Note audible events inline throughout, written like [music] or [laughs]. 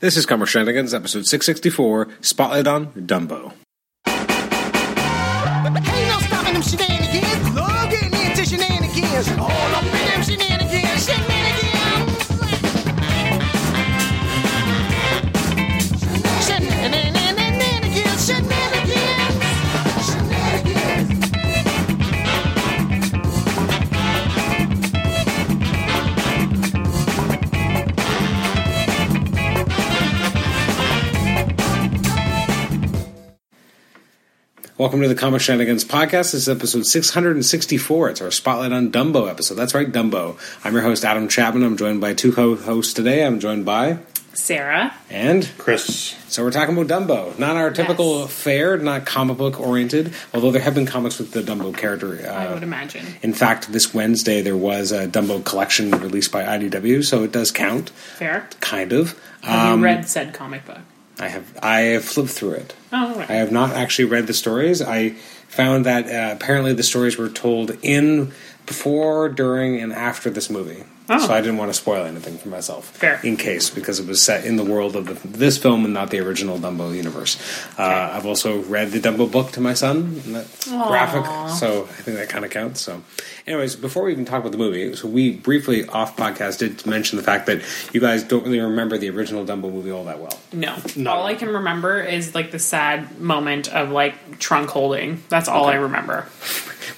This is Cumber Shenanigans, episode 664, Spotlight on Dumbo. Ain't no stopping them shenanigans. Love getting into shenanigans. All up in them shenanigans. Shenanigans. Shenanigans. Shenanigans. Shenanigans. Welcome to the Comic Shenanigans podcast. This is episode 664. It's our Spotlight on Dumbo episode. That's right, Dumbo. I'm your host, Adam Chapman. I'm joined by two co hosts today. I'm joined by. Sarah. And Chris. so we're talking about Dumbo. Not our typical Yes. fare, not comic book oriented, although there have been comics with the Dumbo character. Uh, I would imagine. in fact, this Wednesday there was a Dumbo collection released by IDW, so it does count, Fair. kind of. Have um, you read said comic book? I have I have flipped through it. Oh, all right. I have not actually read the stories. I found that uh, apparently the stories were told in before, during, and after this movie. Oh. So I didn't want to spoil anything for myself. Fair. In case, because it was set in the world of the, this film and not the original Dumbo universe. Uh, I've also read the Dumbo book to my son, and that's graphic, so I think that kind of counts. So, anyways, before we even talk about the movie, so we briefly off podcast did mention the fact that you guys don't really remember the original Dumbo movie all that well. No. No. All I can remember is like the sad moment of like trunk holding. That's all I remember.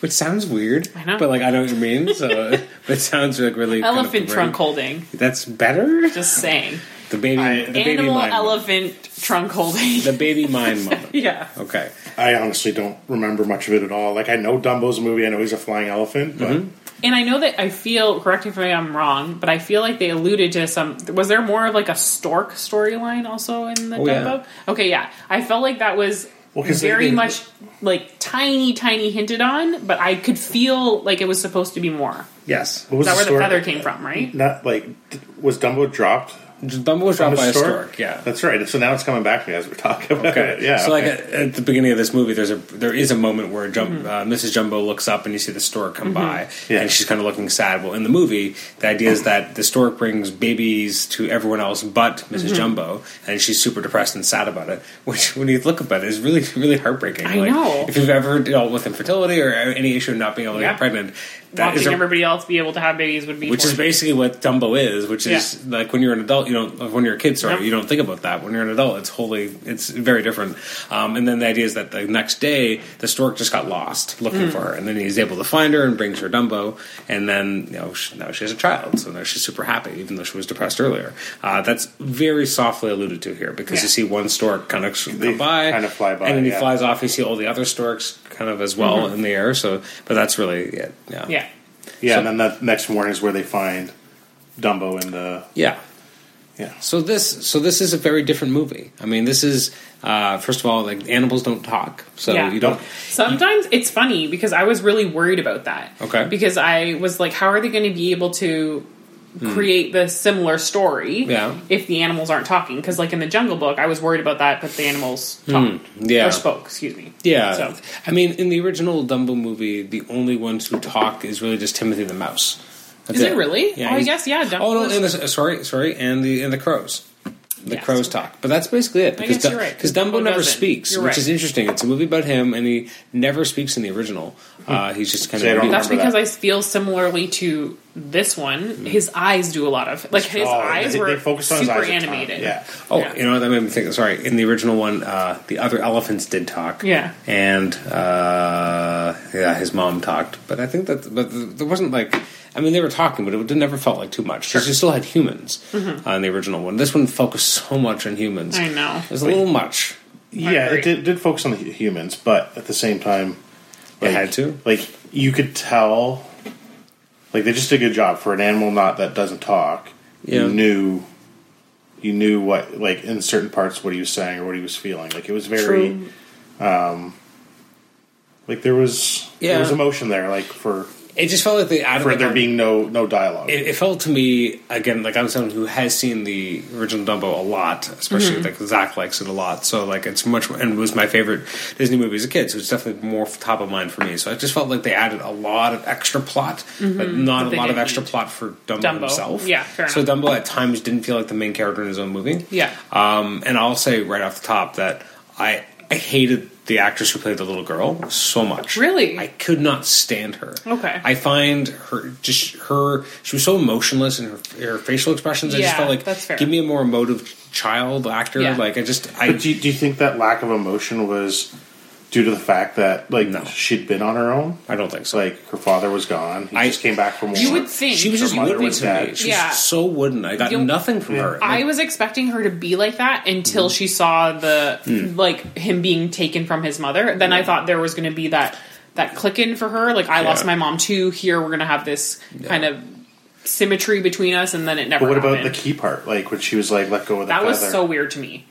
Which sounds weird. I know. But like I know what you mean, so [laughs] [laughs] but it sounds like really kind of elephant the trunk brain- holding. That's better? Just saying. The baby I- the baby Animal mind moment. elephant trunk holding. the baby mind moment. [laughs] yeah. Okay. I honestly don't remember much of it at all. Like I know Dumbo's a movie. I know he's a flying elephant, but Mm-hmm. And I know that I feel, correct me if I'm wrong, but I feel like they alluded to some. Was there more of like a stork storyline also in the Oh, yeah. Dumbo? Okay, yeah. I felt like that was Well, 'cause they- very they- much like tiny, tiny hinted on, but I could feel like it was supposed to be more. Yes. what Is was that the where story? the feather came from, right? Not like d- was Dumbo dropped? Dumbo was from dropped by a stork? stork, yeah. that's right. So now it's coming back to me as we're talking [laughs] about it. Yeah, So, okay. like at, at the beginning of this movie, there's a there is a moment where Jum- Mm-hmm. uh, Mrs. Jumbo looks up and you see the stork come by, Yeah. and she's kind of looking sad. Well, in the movie, the idea is that the stork brings babies to everyone else but missus Mm-hmm. Jumbo, and she's super depressed and sad about it. Which, when you look about it, is really really heartbreaking. I know. If you've ever dealt with infertility or any issue of not being able to Yeah. get pregnant, that is Watching a- everybody else be able to have babies would be which is horrible. basically what Dumbo is, which is like when you're an adult, you don't. When you're a kid, sorry, Yep. you don't think about that. When you're an adult, it's wholly, it's very different. Um, and then the idea is that the next day, the stork just got lost looking Hmm. for her, and then he's able to find her and brings her Dumbo, and then you know she, now she has a child, so now she's super happy, even though she was depressed earlier. Uh, that's very softly alluded to here because Yeah. you see one stork kind of They come by, kind of fly by, and then he yeah. Mm-hmm. flies off. You see all the other storks kind of as well in the air. So, but that's really it. Yeah. yeah. yeah, so- and then that next morning is where they find Dumbo in the Yeah. yeah. So this, so this is a very different movie. I mean, this is uh, first of all, like animals don't talk, so Yeah. you don't. Sometimes it's funny because I was really worried about that. Okay. Because I was like, how are they going to be able to create the similar story Hmm. Yeah. if the animals aren't talking? Because, like, in the Jungle Book, I was worried about that, but the animals talked. Hmm. yeah. Or spoke, excuse me. Yeah, So, I mean, in the original Dumbo movie, the only ones who talk is really just Timothy the Mouse. That's Is it really? Yeah, Oh, I he's- guess, yeah, Dumbo Oh no, was- and the, sorry, sorry, and the and the crows. The Yes. crows talk, but that's basically it. Because guess Dum- you're right. 'cause Dumbo Dumbo never doesn't. speaks, You're which right. is interesting. It's a movie about him, and he never speaks in the original. Uh, he's just kind See, I of don't Hmm. that's remember because that. I feel similarly to this one. Hmm. His eyes do a lot of like his Oh, eyes they- were they focused on his super eyes at the time. animated. Yeah. Oh, Yeah. you know that made me think. Sorry, in the original one, uh, the other elephants did talk. Yeah. and uh, yeah, his mom talked. But I think that, but there wasn't like, I mean, they were talking, but it never felt like too much because you still had humans uh, in the original one. This one focused so much on humans. Mm-hmm. I know. it was a little much. Yeah, agree. it did, did focus on the hu- humans, but at the same time, It had to. Like you could tell, like they just did a good job for an animal not that doesn't talk. Yeah. You knew, you knew what like in certain parts what he was saying or what he was feeling. Like it was very, um, like there was Yeah. there was emotion there. Like for It just felt like they added for like, there a- being no no dialogue. it, it felt to me again like I'm someone who has seen the original Dumbo a lot, especially Mm-hmm. like Zach likes it a lot. So like it's much and was my favorite Disney movie as a kid. So it's definitely more top of mind for me. So I just felt like they added a lot of extra plot, but Mm-hmm. That not they a lot of didn't extra need. plot for Dumbo, Dumbo. himself. Yeah, fair so enough. Dumbo at times didn't feel like the main character in his own movie. Yeah. Um, and I'll say right off the top that I I hated the actress who played the little girl so much. Really? I could not stand her. Okay. I find her just her she was so emotionless in her, her facial expressions. I just Yeah, felt like that's fair. give me a more emotive child actor. Yeah. Like I just I But do, you- do you think that lack of emotion was due to the fact that like No. she'd been on her own? I don't think so. Like her father was gone. He I- just came back from war. You would think she was her just mother wooden was to dead. me. She's Yeah. so wooden. I got You'll- nothing from her. I Like, was expecting her to be like that until Mm-hmm. she saw the Mm. like him being taken from his mother. Then I thought there was going to be that that click in for her. Like I lost Yeah. my mom too. Here we're going to have this kind of symmetry between us, and then it never. But what about the happened. key part? Like when she was like, "Let go of the That feather." was so weird to me.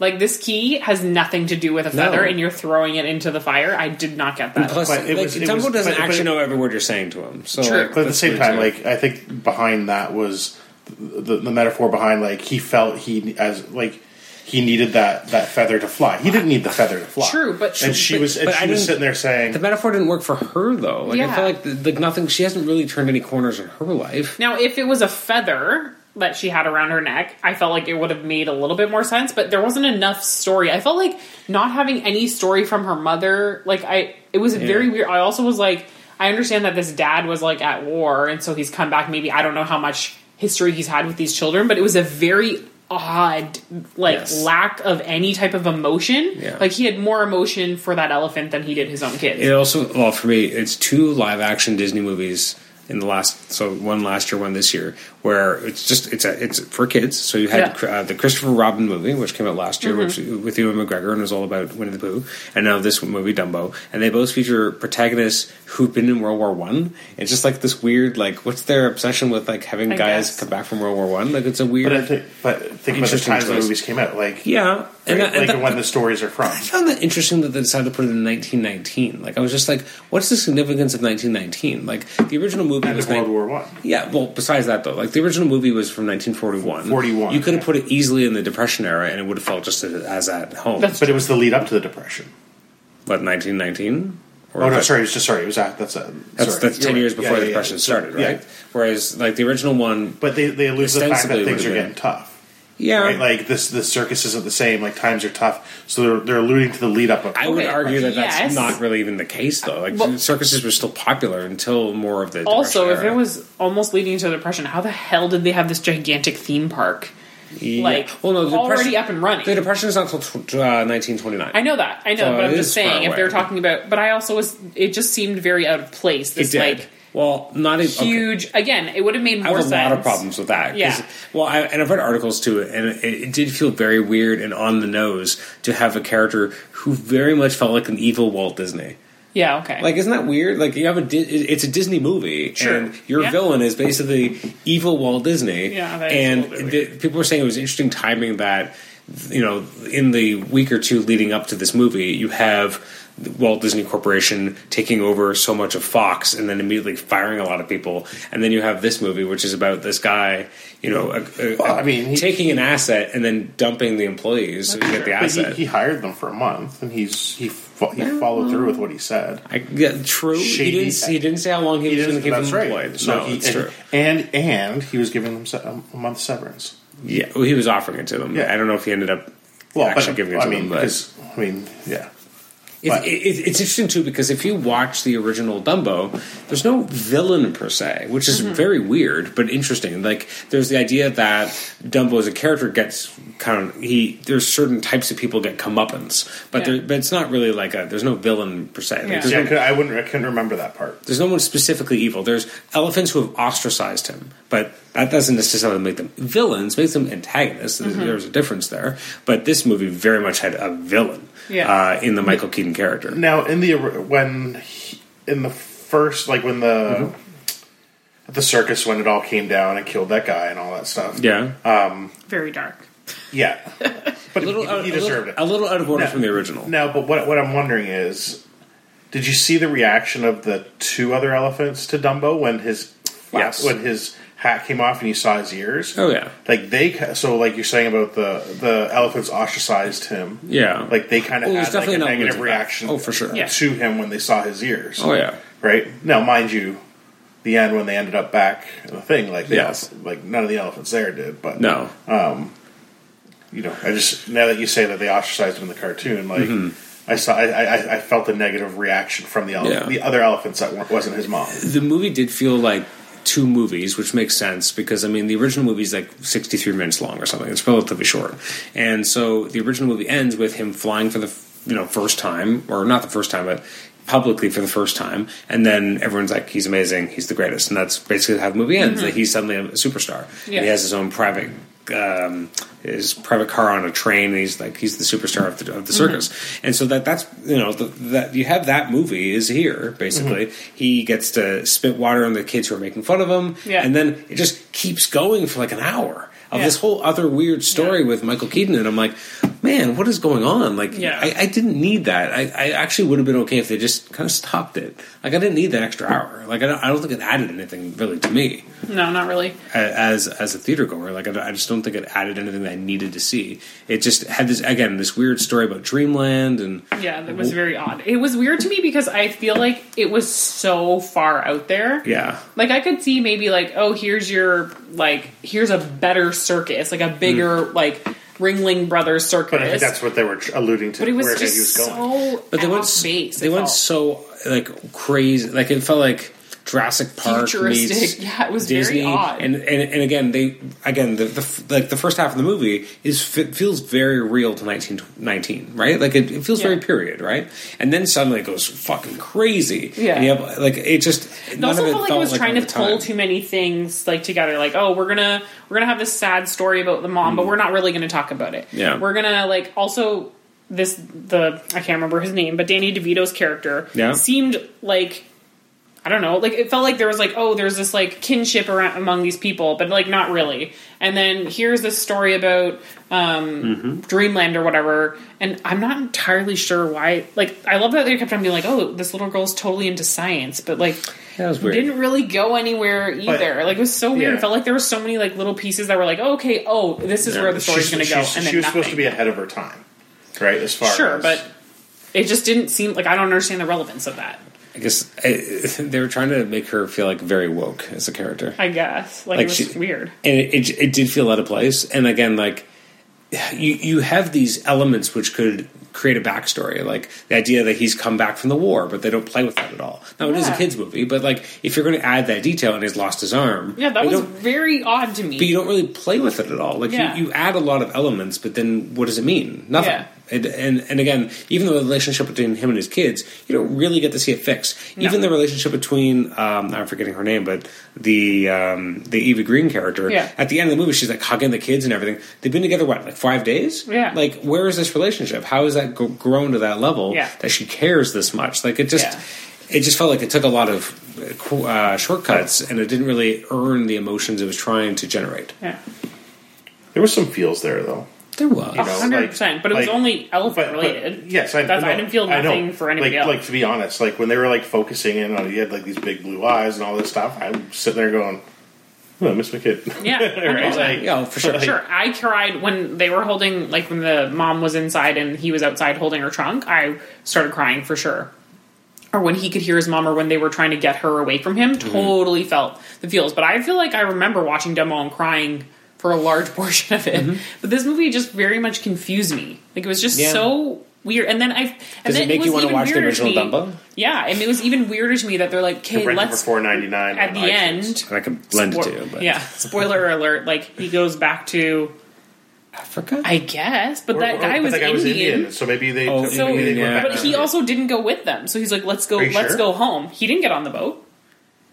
Like this key has nothing to do with a feather, and you're throwing it into the fire. I did not get that. plus, But it like, was- it Dumbo was- doesn't but- but- actually know every word you're saying to him. So True. like, But at the that's same weird time, too. like I think behind that was the, the metaphor behind like he felt he as like he needed that that feather to fly. He didn't need the feather to fly. True, but- and she But- was and but I she was didn't- sitting there the saying, metaphor didn't work for her though. Like Yeah. I felt like the, like nothing. She hasn't really turned any corners in her life. Now, if it was a feather that she had around her neck, I felt like it would have made a little bit more sense, but there wasn't enough story. I felt like not having any story from her mother, like I it was very weird. I also was like I understand that this dad was like at war and so he's come back maybe I don't know how much history he's had with these children, but it was a very odd like Yes. lack of any type of emotion. Yeah. Like he had more emotion for that elephant than he did his own kids. It also, well, for me, it's two live action Disney movies in the last, so one last year, one this year, where it's just it's a, it's for kids. So you had Yeah. Mm-hmm. uh, the Christopher Robin movie, which came out last year, which with Ewan McGregor and was all about Winnie the Pooh, and now this movie Dumbo, and they both feature protagonists who've been in World War One. It's just like this weird, like what's their obsession with like having I guys guess. come back from World War One? Like it's a weird, "But I think, but think about the Interesting times the choice. movies came out, like yeah, and, right, that- and like that- when the stories are [laughs] from." I found that interesting that they decided to put it in 1919. Like, I was just like, what's the significance of 1919? Like, the original movie End was of World nine- War One. Yeah, well, besides that though, like the original movie was from 1941. 41, You could have yeah. put it easily in the Depression era, and it would have felt just as at home. That's- But it was the lead up to the Depression. what 1919? Or Oh no, that- sorry, it was just sorry. It was that. That's a, That's, sorry. that's You're ten right. years Yeah, before yeah, the yeah. Depression So, started, yeah. right? Whereas, like the original one, But they they allude to the fact Ostensibly that it things would've are been. getting tough. yeah, Right? Like this, the circus isn't the same. Like times are tough, so they're, they're alluding to the lead up of. I would Okay, argue that yes. that's not really even the case though. Like Well- circuses were still popular until more of the also, Depression if era. it was almost leading to the depression, how the hell did they have this gigantic theme park? Like, well, no, the already Depression- up and running. The depression is not until tw- uh, 1929. I know that. I know, So but it I'm is just far saying if they're away. talking about. But I also was. It just seemed very out of place. It This did. like well, not a huge. Again, it would have made more I have a sense. lot of problems with that. 'cause- Yeah. Well, I, and I've read articles too, and it, it did feel very weird and on the nose to have a character who very much felt like an evil Walt Disney. Yeah. Okay. Like, isn't that weird? Like, you have a Di- it's a Disney movie, Sure. and your Yeah. villain is basically evil Walt Disney. Yeah, that is a and little bit the, people were saying it was interesting timing that you know in the week or two leading up to this movie, you have the Walt Disney Corporation taking over so much of Fox, and then immediately firing a lot of people, and then you have this movie, which is about this guy, you know, a, a- Well, I mean, he- taking an asset and then dumping the employees so you get the But he, asset. he hired them for a month, and he's he fo- he followed through with what he said. I, yeah, true. Shady- He didn't. He didn't say how long he, He was going to didn't. keep him That's right. employed. So no, he, it's and, true. and and he was giving them se- um, a month severance. Yeah, well, he was offering it to them. Yeah. I don't know if he ended up Well, actually but, giving it I to mean, them. But it's, because I mean, yeah. but- it, it, it's interesting too because if you watch the original Dumbo, there's no villain per se, which is very weird but interesting. Like there's the idea that Dumbo as a character gets kind of he. There's certain types of people get comeuppance, but Yeah. there, but it's not really like a. There's no villain per se. Like, Yeah. there's Yeah, I, no could, I wouldn't. I couldn't remember that part. There's no one specifically evil. There's elephants who have ostracized him, but that doesn't necessarily make them villains. Makes them antagonists. Mm-hmm. There's a difference there. But this movie very much had a villain Yeah. uh, in the Michael Keaton character. Now, in the or- when he, in the first, like when the at the circus when it all came down and killed that guy and all that stuff. Mm-hmm. Yeah, very dark. yeah. But [laughs] a little, he, out- he Uh, a little- deserved it. A little out of order No. from the original. No, but what what I'm wondering is, Did you see the reaction of the two other elephants to Dumbo when his Yes. when his hat came off and you saw his ears? Oh yeah, Like they ca- so like you're saying about the the elephants ostracized him. yeah. Like they kind of Well, there's had like a definitely an element negative of that. reaction. Oh, for sure. Yeah. To him when they saw his ears. oh yeah, Right now, mind you, the end when they ended up back in the thing like the Yes. elef- like none of the elephants there did, but no, you know, I just now that you say that they ostracized him in the cartoon, like Mm-hmm. I saw, I, I, I felt the negative reaction from the ele- Yeah. the other elephants that weren't, wasn't his mom. the movie did feel like two movies, which makes sense because I mean the original movie is like sixty three minutes long or something. It's relatively short, and so the original movie ends with him flying for the you know first time, or not the first time, but publicly for the first time, and then everyone's like, "He's amazing, he's the greatest," and that's basically how the movie ends. That he's suddenly a superstar. Yeah. He has his own private. Um, his private car on a train, and he's like he's the superstar of Mm-hmm. the, of the circus, and so that that's you know the, that you have that movie is here basically. Mm-hmm. He gets to spit water on the kids who are making fun of him, Yeah. and then it just keeps going for like an hour of Yeah. this whole other weird story Yeah. with Michael Keaton, and I'm like, man, what is going on? Like, Yeah. I, I didn't need that. I, I actually would have been okay if they just kind of stopped it. Like, I didn't need that extra hour. Like, I don't, I don't think it added anything really to me No, not really. a- as as a theater goer. Like I, I just don't think it added anything that I needed to see. It just had this again this weird story about dreamland and Yeah, that was very odd. It was weird to me because I feel like it was so far out there. yeah Like I could see maybe like, oh, here's your like here's a better circus, like a bigger like Ringling Brothers circus. Hmm. But I think that's what they were tr- alluding to. but it was where just he was going. so But they went off base. they it went felt. so like crazy. Like it felt like Jurassic Park Futuristic. [laughs] meets Yeah, it was very Disney. odd. And, and and again, they again the, the f- like the first half of the movie is f- feels very real to nineteen nineteen, right? Like it, it feels Yeah. very period, right? And then suddenly it goes fucking crazy. Yeah. and you have, like it just It none also of it felt like it felt was like trying at to the pull time. too many things like together. Like, oh, we're gonna we're gonna have this sad story about the mom, but we're not really gonna talk about it. Hmm. Yeah. we're gonna like also this the I can't remember his name, but Danny DeVito's character Yeah. seemed like I don't know, like it felt like there was like oh, there's this like kinship around among these people, but like not really. And then here's this story about um, Mm-hmm. Dreamland or whatever, and I'm not entirely sure why. Like, I love that they kept on being like, "Oh, this little girl's totally into science," but like, That was weird. didn't really go anywhere either. like, it was so weird. yeah. It felt like there were so many like little pieces that were like, oh, "Okay, oh, this is where the story's She's- going to go," she's- and then she was nothing. supposed to be ahead of her time, right? As far sure, as, but it just didn't seem like I don't understand the relevance of that. I guess I, [laughs] they were trying to make her feel like very woke as a character. I guess like, Like, it was she- weird. and it, it, it did feel out of place. And again, like you, you have these elements which could create a backstory, like the idea that he's come back from the war, but they don't play with that at all. Now it is a Yeah. kids movie, but like if you're going to add that detail and he's lost his arm, Yeah, that they was don't- very odd to me. But you don't really play with it at all. Like Yeah. you, you add a lot of elements, but then what does it mean? Nothing. Yeah. And, and and again, even the relationship between him and his kids, you don't really get to see it fixed. Even the relationship between um, I'm forgetting her name, but the um, the Eva Green character Yeah. at the end of the movie, she's like hugging the kids and everything. They've been together what like five days. Yeah. Like where is this relationship? How has that gr- grown to that level Yeah. that she cares this much? Like it just Yeah. it just felt like it took a lot of uh, qu- uh, shortcuts and it didn't really earn the emotions it was trying to generate. yeah, there was some feels there though. There was. know, hundred like- percent. But it was like- only elephant But, related. [laughs] but yes, I, That's, no, I didn't feel I know. nothing for anybody like, else. Like to be honest, like when they were like focusing in on, he had like these big blue eyes and all this stuff. I'm sitting there going, oh, "I miss my kid." Yeah, right? 100%. Like, Yeah, for sure. like, Oh. Sure, I cried when they were holding, like when the mom was inside and he was outside holding her trunk. I started crying for sure. Or when he could hear his mom, or when they were trying to get her away from him, Mm-hmm. totally felt the feels. But I feel like I remember watching Dumbo and crying for a large [laughs] portion of it. But this movie just very much confused me. Like it was just Mm-hmm. Yeah. so weird. And then I and Does then it make was you wanna even watch the weirder to original me- Dumbo? Yeah, and it was even weirder to me that they're like, "Okay, Rent for let's." four ninety nine At the end, I can blend it to you, Spoil- but yeah. Spoiler alert! Like he goes back to, Africa. I guess, but that guy was Indian. so maybe they. Oh, maybe So, they Indian, went yeah. back but to he India. also didn't go with them. So he's like, "Let's go, Are you let's sure? go home." He didn't get on the boat.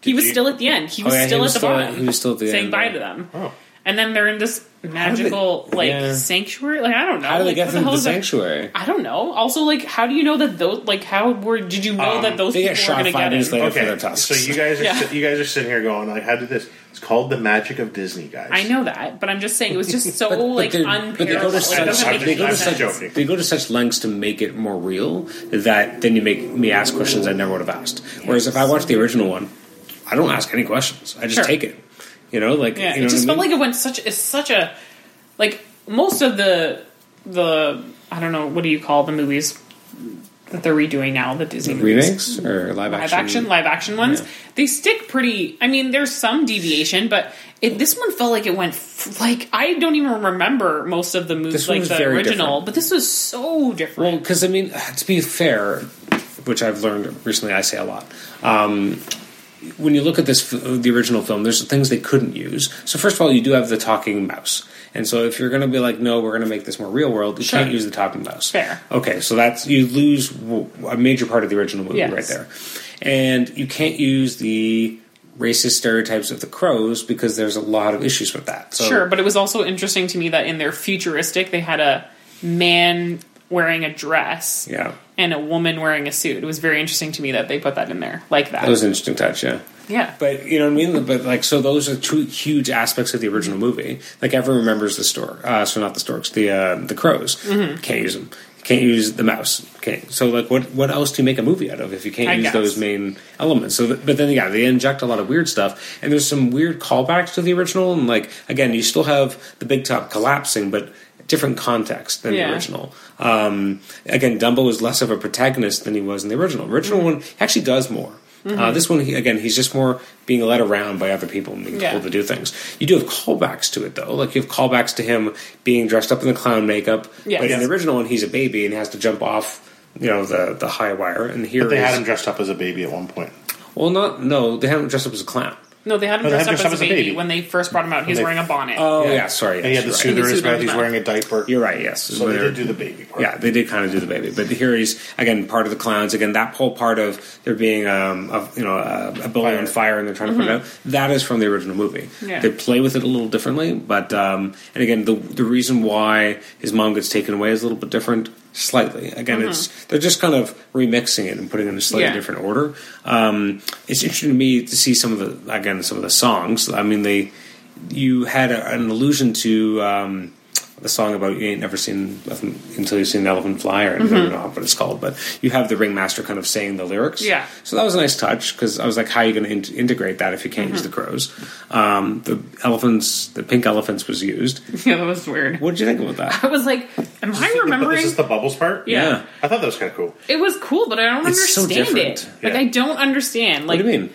He was you- still at the end. He was Oh, yeah, he still was at the still- bottom. he was still at the saying end, bye yeah. to them. Oh. And then they're in this magical like yeah. sanctuary. Like I don't know. How do they Like, get what them to hell the is that? sanctuary? I don't know. Also, like, how do you know that those? Like, how were? Did you know that those They people get were shot going to five get minutes it? later for Okay, their tusks. so you guys are Yeah. sit- you guys are sitting here going like, "How did this?" It's called the magic of Disney, guys. I know that, but I'm just saying it was [laughs] just so But- but like they're- unparalleled. But they go Like, to it such, doesn't make they go any to I'm such, sense. joking. they go to such lengths to make it more real that then you make me ask questions I never would have asked. Whereas if I watch the original one, I don't ask any questions. I just Sure. take it. You know, like Yeah, you know it just what I felt mean? like it went such it's such a like most of the the I don't know what do you call the movies that they're redoing now the Disney movies. remakes or live live action. action, live action ones. Yeah. They stick pretty. I mean, there's some deviation, but it, this one felt like it went f- like I don't even remember most of the movies This one like was the very original, different. but this was so different. Well, because I mean, to be fair, which I've learned recently, I say a lot. Um, when you look at this, f- the original film, there's things they couldn't use. So first of all, you do have the talking mouse, and so if you're going to be like, no, we're going to make this more real world, you Sure. can't use the talking mouse. Fair. Okay, so that's you lose w- a major part of the original movie Yes. right there, and you can't use the racist stereotypes of the crows because there's a lot of issues with that. So Sure, but it was also interesting to me that in their futuristic, they had a man wearing a dress yeah, and a woman wearing a suit. It was very interesting to me that they put that in there like that. that was an interesting touch. Yeah. yeah, But you know what I mean. But like, so those are two huge aspects of the original movie. Like everyone remembers the stork. Uh, so not the storks. The uh, the crows Mm-hmm. can't use them. Can't use the mouse. Okay. So like, what what else do you make a movie out of if you can't I use guess. those main elements? So, th- but then yeah, they inject a lot of weird stuff, and there's some weird callbacks to the original. And like again, you still have the big top collapsing, but different context than Yeah. the original. Um, again, Dumbo is less of a protagonist than he was in the original. Original Mm-hmm. one he actually does more. Uh, this one, he, again, he's just more being led around by other people and being Yeah. told to do things. You do have callbacks to it, though. Like, you have callbacks to him being dressed up in the clown makeup. Yes. But in the Yes. original one, he's a baby and has to jump off, you know, the, the high wire. And here But they is- had him dressed up as a baby at one point. Well, not, no, they haven't dressed up as a clown. no, they had him No, they dressed had up as, a baby when they first brought him out. He was they- wearing a bonnet. Oh, yeah, sorry. And he yes, had the you're right. suit in The his suit in mouth. his He's mouth. wearing a diaper. You're right, yes. So they Whether- did do the baby part. Yeah, they did kind of do the baby, but here he's again part of the clowns. Again, that whole part of there being um, of you know a, a building on fire and they're trying to put it out that is from the original movie. Mm-hmm. Yeah. They play with it a little differently, but um, and again the the reason why his mom gets taken away is a little bit different, slightly. Again, it's they're just kind of remixing it and putting it in a slightly Mm-hmm. Yeah. different order. Um, it's interesting to me to see some of the again some of the songs. I mean they you had a, an allusion to um, the song about you ain't never seen nothing until you've seen an elephant fly, or Mm-hmm. I don't know what it's called, but you have the ringmaster kind of saying the lyrics. Yeah. So that was a nice touch because I was like, how are you going to in- integrate that if you can't Mm-hmm. use the crows? Um, the elephants, the pink elephants was used. [laughs] yeah, that was weird. What did you think about that? I was like, am I Is remembering? this the bubbles [laughs] part? Yeah. I thought that was kind of cool. It was cool, but I don't It's so understand it. different. Like Yeah. I don't understand. What Like do you mean?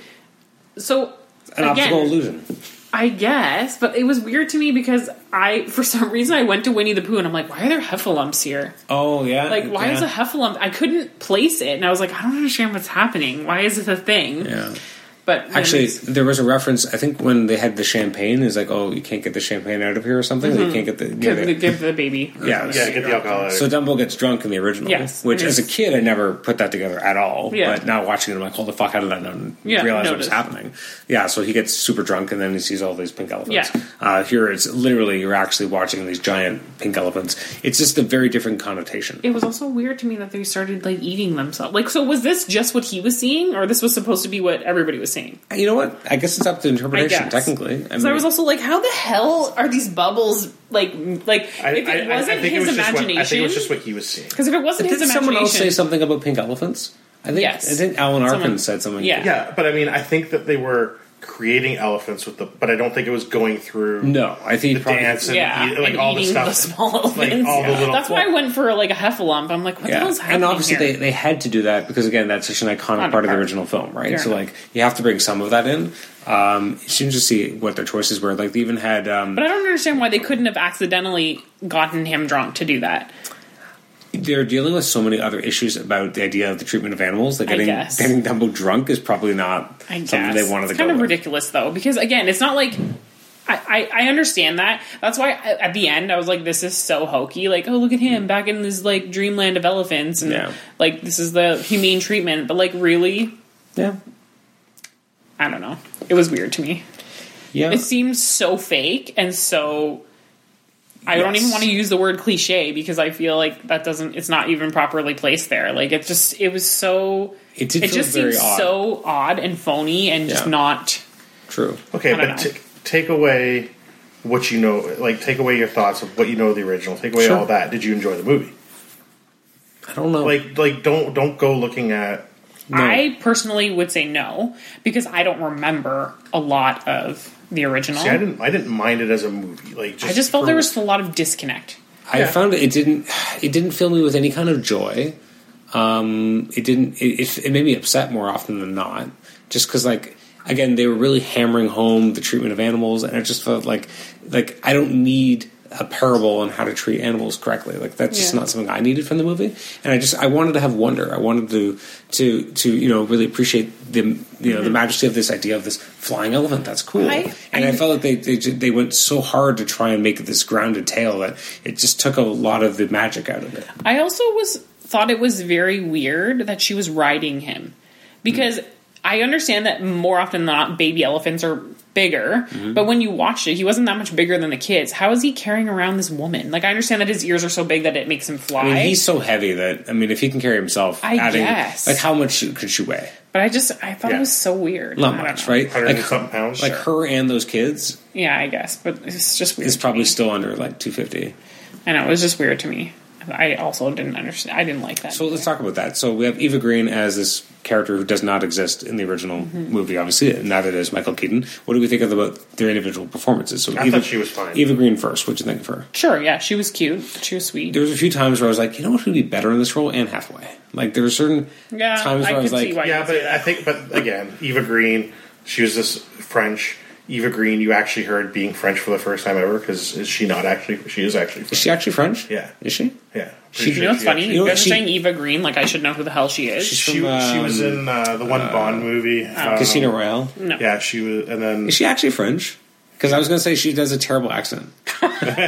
so An optical illusion. I guess, but it was weird to me because I for some reason I went to Winnie the Pooh and I'm like, why are there heffalumps here? Oh, yeah. Like why is a yeah. heffalump? I couldn't place it, and I was like, I don't understand what's happening. Why is it a thing? Yeah. But then- Actually, there was a reference. I think when they had the champagne, is like, oh, you can't get the champagne out of here or something. You can't get the yeah, give, they- the, give Mm-hmm. the baby. yeah, Yeah, get the alcohol. out of So it. Dumbo gets drunk in the original, Yes, which it as a is. kid I never put that together at all. Yeah. But now watching it, I'm like, hold the fuck out of that and Yeah, realize what was noticed. happening. Yeah, so he gets super drunk and then he sees all these pink elephants. Yeah. Uh, here it's literally you're actually watching these giant pink elephants. It's just a very different connotation. It was also weird to me that they started like eating themselves. Like, so was this just what he was seeing, or this was supposed to be what everybody was seeing? you know what? I guess it's up to interpretation guess. technically. I So I mean- was also like, how the hell are these bubbles like m- like I, if it I- I- wasn't I think it his was just what- I think it imagination? was just what he was seeing. Because if it wasn't his did imagination, someone else say something about pink elephants? I think Yes. I think Alan Arkin Someone- said something. Yeah. Yeah, but I mean, I think that they were creating elephants with the, but I don't think it was going through No, I think the probably, dance and yeah, eat- like all the eating stuff, the small like ones. all the little. That's why I went for like a heffalump. I'm like, what the Yeah, hell's happening and obviously here? they, they had to do that because again that's such an iconic Iconic part of the part. original film, right? Fair so enough. like you have to bring some of that in. Um, it's interesting to see what their choices were. Like they even had um, but I don't understand why they couldn't have accidentally gotten him drunk to do that. they're dealing with so many other issues about the idea of the treatment of animals. Like I getting guess. getting Dumbo drunk is probably not I guess something they wanted it's to kind go of with. ridiculous though, because again, it's not like I, I I understand that. That's why I, at the end I was like, this is so hokey. Like, oh look at him back in this like dreamland of elephants, and Yeah. like this is the humane treatment. But like, really, Yeah, I don't know. It was weird to me. yeah. It seemed so fake and so I don't Yes. even want to use the word cliche because I feel like that doesn't. It's not even properly placed there. Like it just. It was so. It did feel just very seems odd. so odd and phony and just Yeah. not. True. Okay, I don't but know. t- take away what you know, like take away your thoughts of what you know of the original. Take away Sure. all that. Did you enjoy the movie? I don't know. Like, like don't don't go looking at. I personally would say no because I don't remember a lot of the original. See, I didn't I didn't mind it as a movie. Like, just I just felt for- there was a lot of disconnect. I found it, it didn't it didn't fill me with any kind of joy. Um, it didn't. It, it, it made me upset more often than not, just because like again they were really hammering home the treatment of animals, and it just felt like like I don't need a parable on how to treat animals correctly. Like that's just Yeah. not something I needed from the movie. And I just I wanted to have wonder. I wanted to to to you know really appreciate the you know the majesty of this idea of this flying elephant. That's cool. Mm-hmm. I- and I felt like they, they ju- they went so hard to try and make this grounded tale that it just took a lot of the magic out of it. I also was thought it was very weird that she was riding him because I understand that more often than not baby elephants are bigger, but when you watched it, he wasn't that much bigger than the kids. How is he carrying around this woman? Like I understand that his ears are so big that it makes him fly, I mean, he's so heavy that I mean, if he can carry himself, I adding guess. like how much she- could she weigh? but I just I thought Yeah. it was so weird. Not I don't much, know. right? hundred Like, and something pounds. like her and those kids Yeah, I guess, but it's just weird. is to probably me. still under like two fifty. I know it was just weird to me. I also didn't understand. I didn't like that. So let's talk about that. So we have Eva Green as this character who does not exist in the original Mm-hmm. movie, obviously. and Neither does Michael Keaton. What do we think of about their individual performances? So I Eva, thought she was fine. Eva Green first. What'd you think of her? sure, yeah, she was cute. She was sweet. there was a few times where I was like, you know what would be better in this role? Anne Hathaway. Like there were certain Yeah, times I where I, was could see like, why. yeah, but I think, but again, Eva Green, she was this French. Eva Green, you actually heard being French for the first time ever because is she not actually? She is actually. is French. she actually French? Yeah. is she? Yeah, She- You know what's funny? You You, know what, guys she- are saying Eva Green, like I should know who the hell she is. She, From, she um, was in uh, the one Bond movie, um, Casino Royale. no. Yeah, she was, and then Is she actually French? Because I was going to say she does a terrible [laughs] accent. like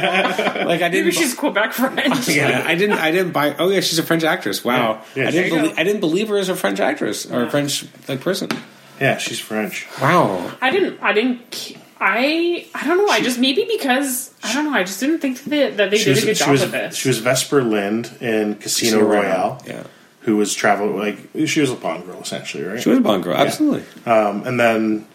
I didn't. Maybe she's Quebec French. yeah, I didn't. I didn't buy. Oh yeah, she's a French actress. Wow, Yeah, yeah, I there didn't. you Believe, go. I didn't believe her as a French actress or a French like person. yeah, she's French. Wow, I didn't. I didn't. ke- I I don't know. I just maybe because I don't know. I just didn't think that that they She did was a good she job was with this. she was Vesper Lind in Casino, Royale, Yeah, who was traveling like she was a Bond girl essentially, right? she was a Bond girl. Absolutely. um, and then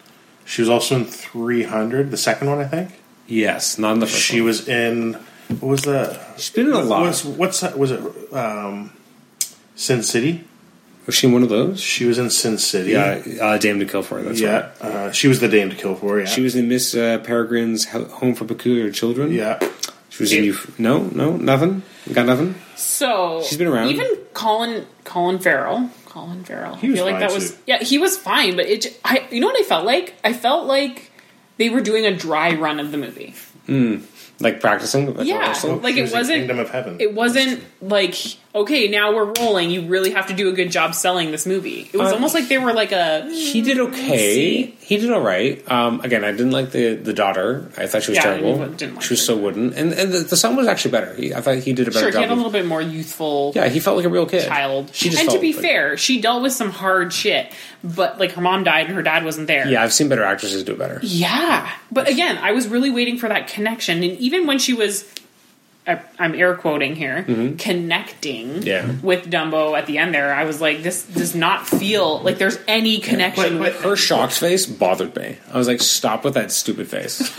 she was also in Three Hundred, the second one, I think. Yes, not in the first. She one. was in what was that? She's been in a lot. What's, what's that? Was it um, Sin City? Was she in one of those? She was in Sin City. Yeah, uh, Damn to Kill For. That's right. yeah. Uh, she was the dame to kill for. Yeah, She was in Miss uh, Peregrine's Ho- Home for Peculiar Children. Yeah, She was in you. No, no, nothing. Got nothing. so She's been around. Even Colin Colin Farrell. Colin Farrell. was I feel like fine, that was too. yeah. He was fine, but it. j- I you know what I felt like? I felt like they were doing a dry run of the movie. Like practicing. like Yeah, rehearsal? like She it was in wasn't Kingdom of Heaven. It wasn't like okay, now we're rolling. You really have to do a good job selling this movie. It was Uh, almost like they were like a he did okay. Hmm, See? He did all right. Um, again, I didn't like the, the daughter. I thought she was Yeah, I terrible. didn't- didn't like she was her. so wooden, and and the, the son was actually better. He, I thought he did a better sure. He job. had a of- little bit more youthful yeah, he felt like a real kid. child. She just and to felt be like- fair, she dealt with some hard shit, but like her mom died and her dad wasn't there. Yeah, I've seen better actresses do better. Yeah. But again, I was really waiting for that connection. And even when she was, I- I'm air quoting here, connecting Mm-hmm. Yeah. with Dumbo at the end there, I was like, this does not feel like there's any connection But- but with Her shocked face bothered me. I was like, stop with that stupid [laughs] face.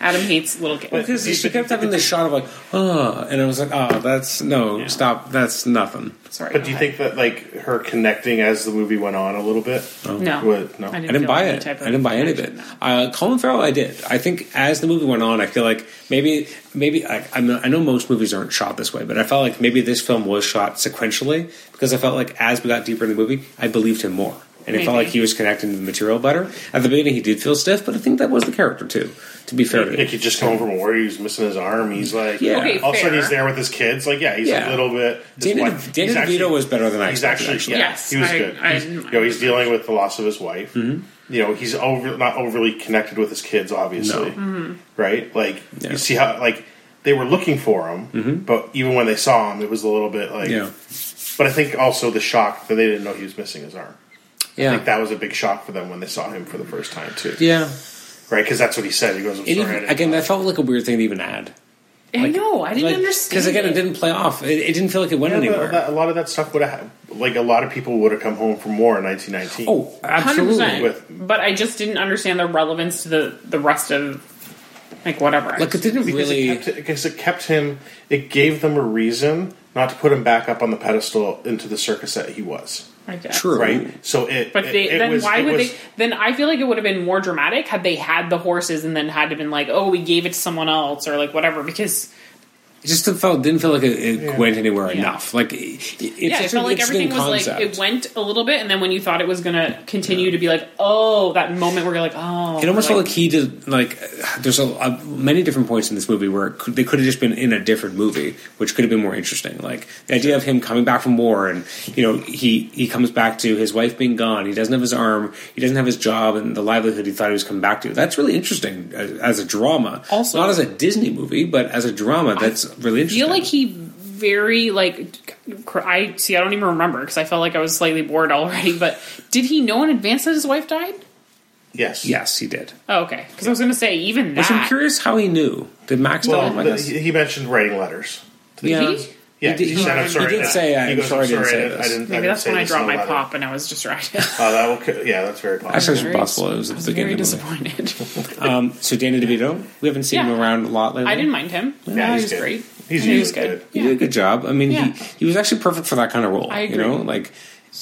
Adam hates little kids. Because she kept having this shot of like, oh, and I was like, oh, that's no, stop, that's nothing. Sorry. But do you think that like her connecting as the movie went on a little bit? Oh, No. What? No. I didn't feel buy any it. I type of didn't buy any of it. connection. Uh, Colin Farrell, I did. I think as the movie went on, I feel like maybe maybe I, I'm not- I know most movies aren't shot this way, but I felt like maybe this film was shot sequentially because I felt like as we got deeper in the movie, I believed him more, and it felt Maybe. like he was connecting to the material better. At the beginning, he did feel stiff, but I think that was the character too. To be fair, to Like he just come over from war. He's missing his arm. He's like, Yeah. Okay, all of a sudden fair. he's there with his kids. Like, yeah, he's Yeah. a little bit. his Danny wife- De- Danny he's actually- DeVito was better than I He's expected, actually, actually. yeah, Yes, he was I- good. I he's, didn't- you know, he's dealing with the loss of his wife. Mm-hmm. You know, he's over not overly connected with his kids, obviously, Mm-hmm. right? Like, Yeah. Mm-hmm. you see how like they were looking for him, but even when they saw him, it was a little bit like. yeah, But I think also the shock that they didn't know he was missing his arm. yeah, Like that was a big shock for them when they saw him for the first time too, yeah. right? Because that's what he said. He goes, "I'm It sorry." I even- didn't again, know." that felt like a weird thing to even add. I know. I didn't understand. because again, it didn't play off. It, it didn't feel like it went Yeah, but anywhere. that- a lot of that stuff would have, like, a lot of people would have come home from war in 1919. oh, absolutely. 100%. With- But I just didn't understand the relevance to the, the rest of, like, whatever. Like it didn't because really. it kept, because it kept him. It gave them a reason not to put him back up on the pedestal into the circus that he was. I guess. True. Right. So it. But it- they, it then was- why it would was- they? Then I feel like it would have been more dramatic had they had the horses and then had to been like, oh, we gave it to someone else or like whatever. Because It just felt didn't feel like it, it went anywhere Yeah. enough. Like it, it's yeah, it such felt an like interesting everything was concept. like it went a little bit, and then when you thought it was gonna continue to be like, oh, that moment where you're like, oh, It almost felt like he did. Like uh, there's a, a many different points in this movie where it could, they could have just been in a different movie, which could have been more interesting. Like the idea of him coming back from war, and you know he he comes back to his wife being gone. He doesn't have his arm. He doesn't have his job and the livelihood he thought he was coming back to. That's really interesting as, as a drama. Also- not as a Disney movie, but as a drama, that's really I interesting. feel like he very like cr- I see. I don't even remember because I felt like I was slightly bored already. But did he know in advance that his wife died? Yes. yes, he did. Oh, okay, because I was gonna say even that. Which I'm curious how he knew. Did Max Well, tell him? I the- guess. he he mentioned writing letters. yeah. Did he? Yeah, He did- he- said, "I'm he sorry, did I- say, "I'm he goes, sorry I didn't say I this." didn't, Maybe I didn't that's say when I this dropped in the my letter." pop and I was [laughs] distracted. Oh, that will, co- yeah, that's very Actually, possible. it's possible. It was at the beginning very of the movie. disappointed. [laughs] Um, so Danny DeVito, we haven't seen Yeah. him around a lot lately. I didn't mind him. Yeah, he he's was good. great. He's I think he was usually good. good. He did a good job. I mean, Yeah. he, he was actually perfect for that kind of role. I You agree. know, like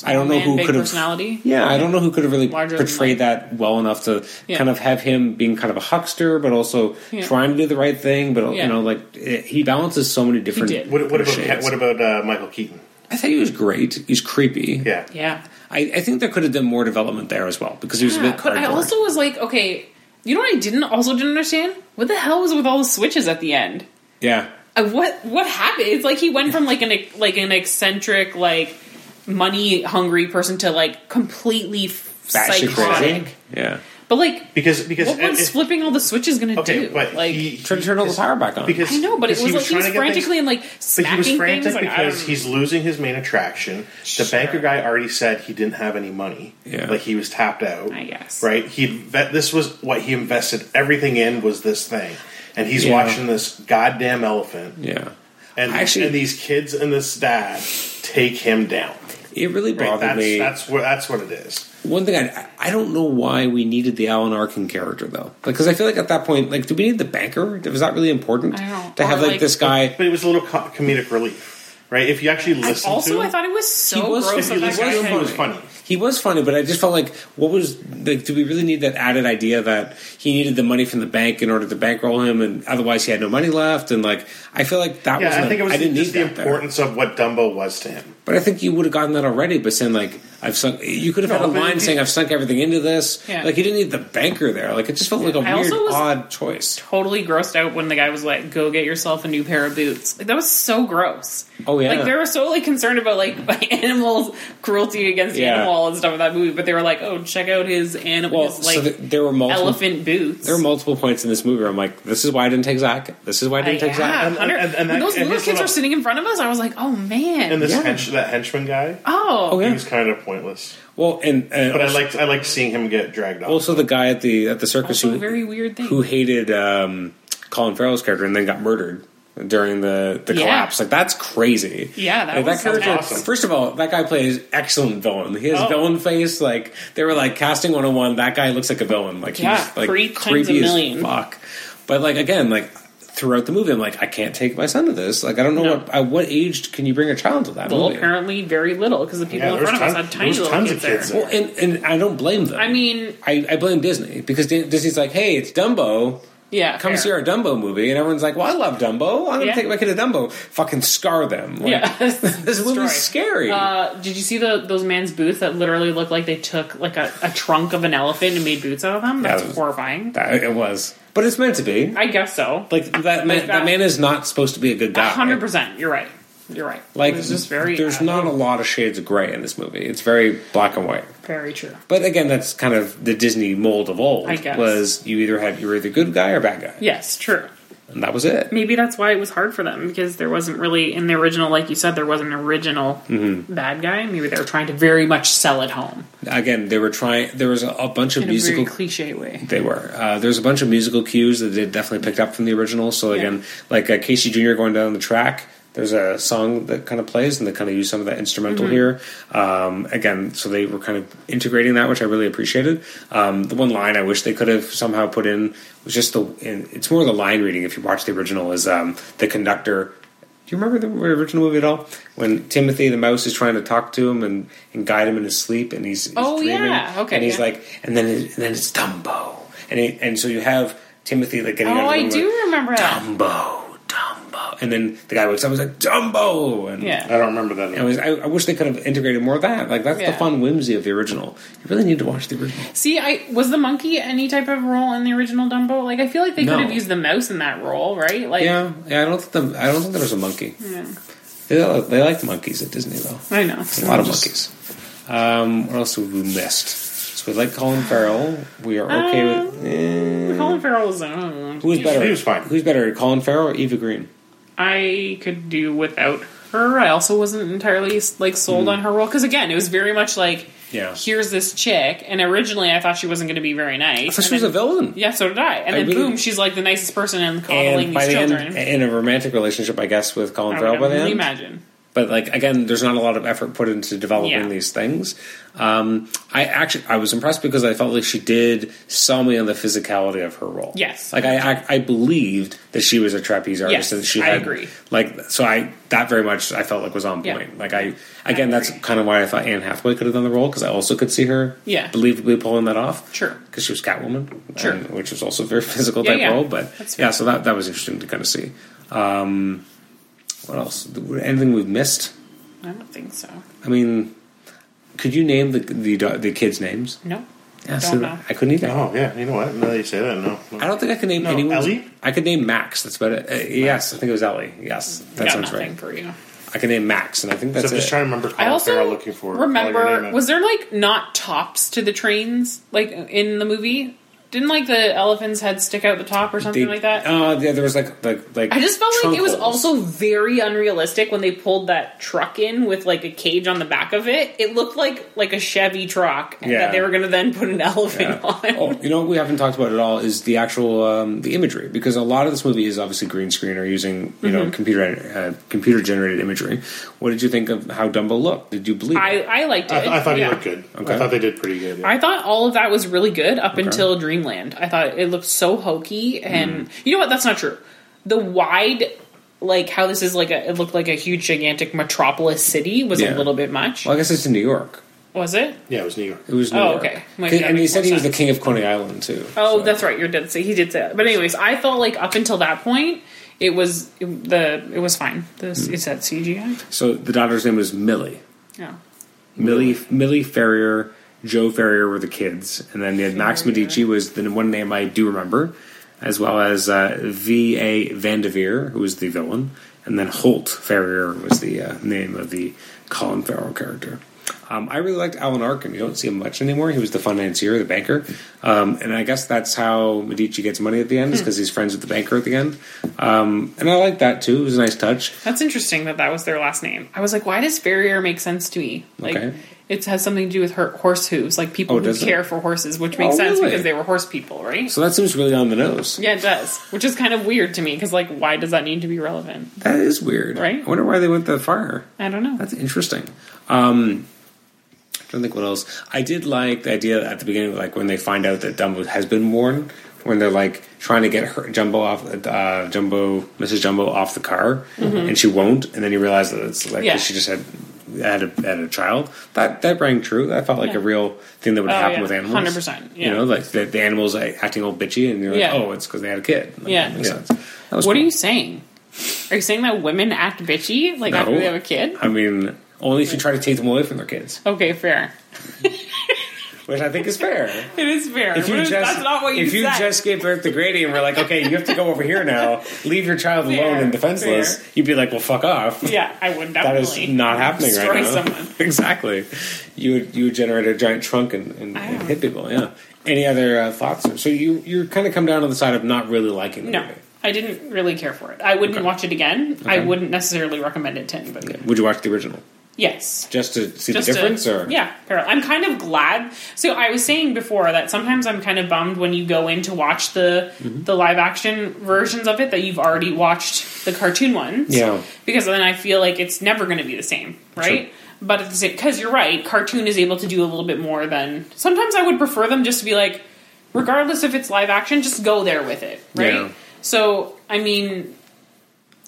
I don't know man, who big could have personality. Yeah, I don't know who could have really Larger than portrayed that well enough to Yeah. kind of have him being kind of a huckster, but also Yeah. trying to do the right thing. But Yeah. you know, like eh, he balances so many different. did. What, what about shades. what about uh, Michael Keaton? I thought he was great. He's creepy. Yeah, Yeah. I, I think there could have been more development there as well because he was a Yeah, bit. but Cardboard. I also was like, okay, you know what I didn't also didn't understand? What the hell was with all the switches at the end? yeah. Uh, What what happened? It's like he went from like an like an eccentric like money hungry person to like completely Batshit psychotic. crazy. Yeah. But like, because because what it- was it- flipping all the switches going to okay, do? but like, he, Try to turn all the because- power back on. because I know, but it because was like he trying was to get things- frantically and like But he smacking was frantic things. Like, I because don't- he's losing his main attraction. The banker guy already said he didn't have any money. Yeah. Like he was tapped out. I guess. Right? He inve- this was what he invested everything in was this thing. And he's Yeah. watching this goddamn elephant. Yeah. And Actually- and these kids and this dad take him down. It really Right? bothered that's me. that's what that's what it is. One thing I I don't know why we needed the Alan Arkin character though, because I feel like at that point, like, do we need the banker? Was that really important I don't- to have or, like, like- this guy? But it was a little co- comedic relief. Right? If you actually listen also to I him, thought it was so He was- gross. if that you that listen guy to it him, had- was funny. He was funny, but I just felt like, what was like? Do we really need that added idea that he needed the money from the bank in order to bankroll him, and otherwise he had no money left? And like, I feel like that was Yeah, I think it was I didn't just need the that there. importance of what Dumbo was to him. But I think you would have gotten that already. But saying like, I've sunk, you could have No, had a but line if saying, you- "I've sunk everything into this." Yeah. Like, you didn't need the banker there. Like, it just felt like a I weird, also was- odd choice. totally grossed out when the guy was like, "Go get yourself a new pair of boots." Like that was so gross. Oh, yeah. Like they were so like concerned about like [laughs] animals cruelty against the Yeah. animal and stuff in that movie, but they were like, "Oh, check out his animal Well, his, so like th- there were multiple elephant boots." There are multiple points in this movie where I'm like, this is why I didn't take Zach. This is why I I- didn't take Zach. yeah, And- Hunter- and- and when that- those and little his kids little- were sitting in front of us. I was like, "Oh man!" And this Yeah. hench, that henchman guy, oh, Oh, yeah. he was kind of pointless. Well, and, and But I also, liked I liked seeing him get dragged off. also the guy at the at the circus also who a very weird thing. who hated um, Colin Farrell's character and then got murdered during the the Yeah. collapse. Like that's crazy. Yeah, that Like, was character. awesome. First of all, that guy plays excellent villain. He has Oh. villain face. Like they were like casting one on one. That guy looks like a villain. Like Yeah, he's like three times a creepy as million. fuck. But like again, like. Throughout the movie, I'm like, I can't take my son to this. Like, I don't know No. what at what age can you bring a child to that well, movie? apparently very little because the people Yeah, in there front was of us ton- had there tiny was little tons kids of kids there. Well, and, and I don't blame them. I mean, I, I blame Disney because Di- Disney's like, hey, it's Dumbo. yeah, Come fair. see our Dumbo movie, and everyone's like, "Well, I love Dumbo. I'm gonna Yeah. take my kid to Dumbo. Fucking scar them. Like, Yeah. [laughs] this Destroy. movie's scary. Uh, did you see the those man's boots that literally looked like they took like a, a trunk of an elephant and made boots out of them? That's that was- horrifying. That- it was, but it's meant to be. I guess so. Like that man, that, Like that- man is not supposed to be a good guy. hundred percent. You're right. You're right. Like it was just very there's uh, not a lot of shades of gray in this movie. It's very black and white. very true. But again, that's kind of the Disney mold of old. I guess. Was you either had you were either good guy or bad guy. Yes, true. and that was it. Maybe that's why it was hard for them because there wasn't really in the original, like you said, there wasn't an original Mm-hmm. bad guy. Maybe they were trying to very much sell it home Again, they were trying. There was a, a bunch of in a musical. very cliche way. They were. Uh, there's a bunch of musical cues that they definitely picked up from the original. So again, like uh, Casey Jr. going down the track. There's a song that kind of plays, and they kind of use some of that Mm-hmm. instrumental here. Um, again, so they were kind of integrating that, which I really appreciated. Um, the one line I wish they could have somehow put in was just the. And it's more the line reading. If you watch the original, is um, the conductor do you remember the original movie at all? When Timothy the mouse is trying to talk to him and, and guide him in his sleep, and he's, he's Oh, dreaming, yeah. Okay, and he's yeah. like, and then it, and then it's Dumbo, and he, and so you have Timothy like getting out Oh, of the I room, do like, remember that. Dumbo, Dumbo, and then the guy wakes up and he's like Dumbo, and Yeah. I don't remember that. I, was, I, I wish they could have integrated more of that. Like that's the Yeah. fun whimsy of the original. You really need to watch the original. See, I was the monkey any type of role in the original Dumbo? Like I feel like they No. could have used the mouse in that role, right? Like Yeah, yeah. I don't think the, I don't think there was a monkey. Yeah. They, uh, they like monkeys at Disney though. I know. A lot of monkeys. Um, what else have we missed? So we like Colin Farrell. We are okay with. Um, eh. Colin Farrell was. I don't know. Who's better? He was fine. Who's better, Colin Farrell or Eva Green? I could do without her. I also wasn't entirely like Hmm. sold on her role because again, it was very much like Yeah. here's this chick, and originally I thought she wasn't going to be very nice. So she and was a then- villain. yeah, so did I. And I then really- boom, she's like the nicest person and coddling And by these the children. end, in a romantic relationship, I guess, with Colin I Farrell would by the only end. imagine. But like again, there's not a lot of effort put into developing Yeah. these things. Um, I actually I was impressed because I felt like she did sell me on the physicality of her role. Yes. like I I, I believed that she was a trapeze artist Yes, and she I had agree. like so I that very much I felt like was on Yeah. point. Like I again, that's agree. kind of why I thought Anne Hathaway could have done the role because I also could see her Yeah. believably pulling that off. Sure. because she was Catwoman. Sure. and- which was also a very physical Yeah, type yeah. role. But That's yeah, fair. so that that was interesting to kind of see. Um, what else? Anything we've missed? I don't think so. I mean, could you name the the, do- the kids' names? No, Yeah, don't so know. I couldn't either. Oh yeah, you know what? Now that you say that, no. I don't think I could name No, anyone. Ellie? I could name Max. That's about it. Uh, yes, I think it was Ellie. Yes, that Got sounds nothing right. for you. I can name Max, and I think that's So I'm just it. trying to remember. Colin I also Farrell looking for while you're remember naming was it. there like not tops to the trains like in the movie? Didn't like the elephant's head stick out the top or something They- like that? Uh, yeah, there was like like like. I just felt like it was trunk holes. also very unrealistic when they pulled that truck in with like a cage on the back of it. It looked like like a Chevy truck Yeah. that they were going to then put an [laughs] elephant on. oh, you know what we haven't talked about at all is the actual um, the imagery because a lot of this movie is obviously green screen or using you Mm-hmm. know computer uh, computer generated imagery. What did you think of how Dumbo looked? Did you believe? I it? I liked it. I, th- I thought yeah. he looked good. Okay. I thought they did pretty good. yeah. I thought all of that was really good up until Dreamland. I thought it looked so hokey, and you know what? That's not true. The wide, like how this is like a, it looked like a huge, gigantic metropolis city was Yeah. a little bit much. well, I guess it's in New York. Was it? yeah, it was New York. It was New Oh, York. okay. Might And- that and he makes said more he was the sense. king of Coney Island too. Oh, so- that's right. You did say he did say that. But anyways, I felt like up until that point, it was it- the it was fine. This is that CGI. So the daughter's name was Millie. Yeah. Millie Millie Ferrier, Joe Ferrier were the kids, and then you had Max Medici was the one name I do remember, as well as uh, V. A. Vandeveer, who was the villain, and then Holt Ferrier was the uh, name of the Colin Farrell character. Um, I really liked Alan Arkin. You don't see him much anymore. He was the financier, the banker, um, and I guess that's how Medici gets money at the Hmm. end, is because he's friends with the banker at the end. Um, and I like that too. It was a nice touch. That's interesting that that was their last name. I was like, why does Farrier make sense to me? Like, Okay. it has something to do with her, horse hooves, like people Oh, who does it? care for horses, which makes Oh, sense really? because they were horse people, right? So that seems really on the nose. yeah, it does. Which is kind of weird to me because, like, why does that need to be relevant? That is weird. Right? I wonder why they went that far. I don't know. That's interesting. Um, I don't think what else. I did like the idea at the beginning, like when they find out that Dumbo has been worn, when they're like trying to get her Jumbo off, uh, Jumbo, Mrs. Jumbo off the car, and she won't, and then you realize that it's like 'cause Mm-hmm. Yeah. she just had had a, had a child. That that rang true. That felt like a Yeah. real thing that would Oh, happen yeah. with animals. 100%, yeah. You know, like the, the animals like, acting all bitchy, and you're like, Yeah. oh, it's because they had a kid. Like, Yeah. that makes Yeah. sense. That was What are cool. you saying? Are you saying that women act bitchy, like, after No. they have a kid? I mean, only if you try to take them away from their kids, Okay, fair. which I think is fair. [laughs] It is fair. If you But just that's not what you if you said. just gave birth to Grady and we're like, okay, you have to go over here now, leave your child alone Fair, and defenseless, fair. you'd be like, well, fuck off. yeah, I would That definitely. is not happening right Destroy now. someone. [laughs] exactly. You would you would generate a giant trunk and, and, and hit people. Yeah. Any other uh, thoughts? So you you're kind of come down to the side of not really liking the No. movie. I didn't really care for it. I wouldn't watch it again. I wouldn't necessarily recommend it to anybody. Would you watch the original Yes. just to see Just the a- difference, or yeah, parallel. I'm kind of glad. So I was saying before that sometimes I'm kind of bummed when you go in to watch the Mm-hmm. the live action versions of it that you've already watched the cartoon ones. Yeah. because then I feel like it's never going to be the same, right? Sure. But at the same, because you're right, cartoon is able to do a little bit more than. Sometimes I would prefer them just to be like, regardless if it's live action, just go there with it, right? Yeah. So I mean,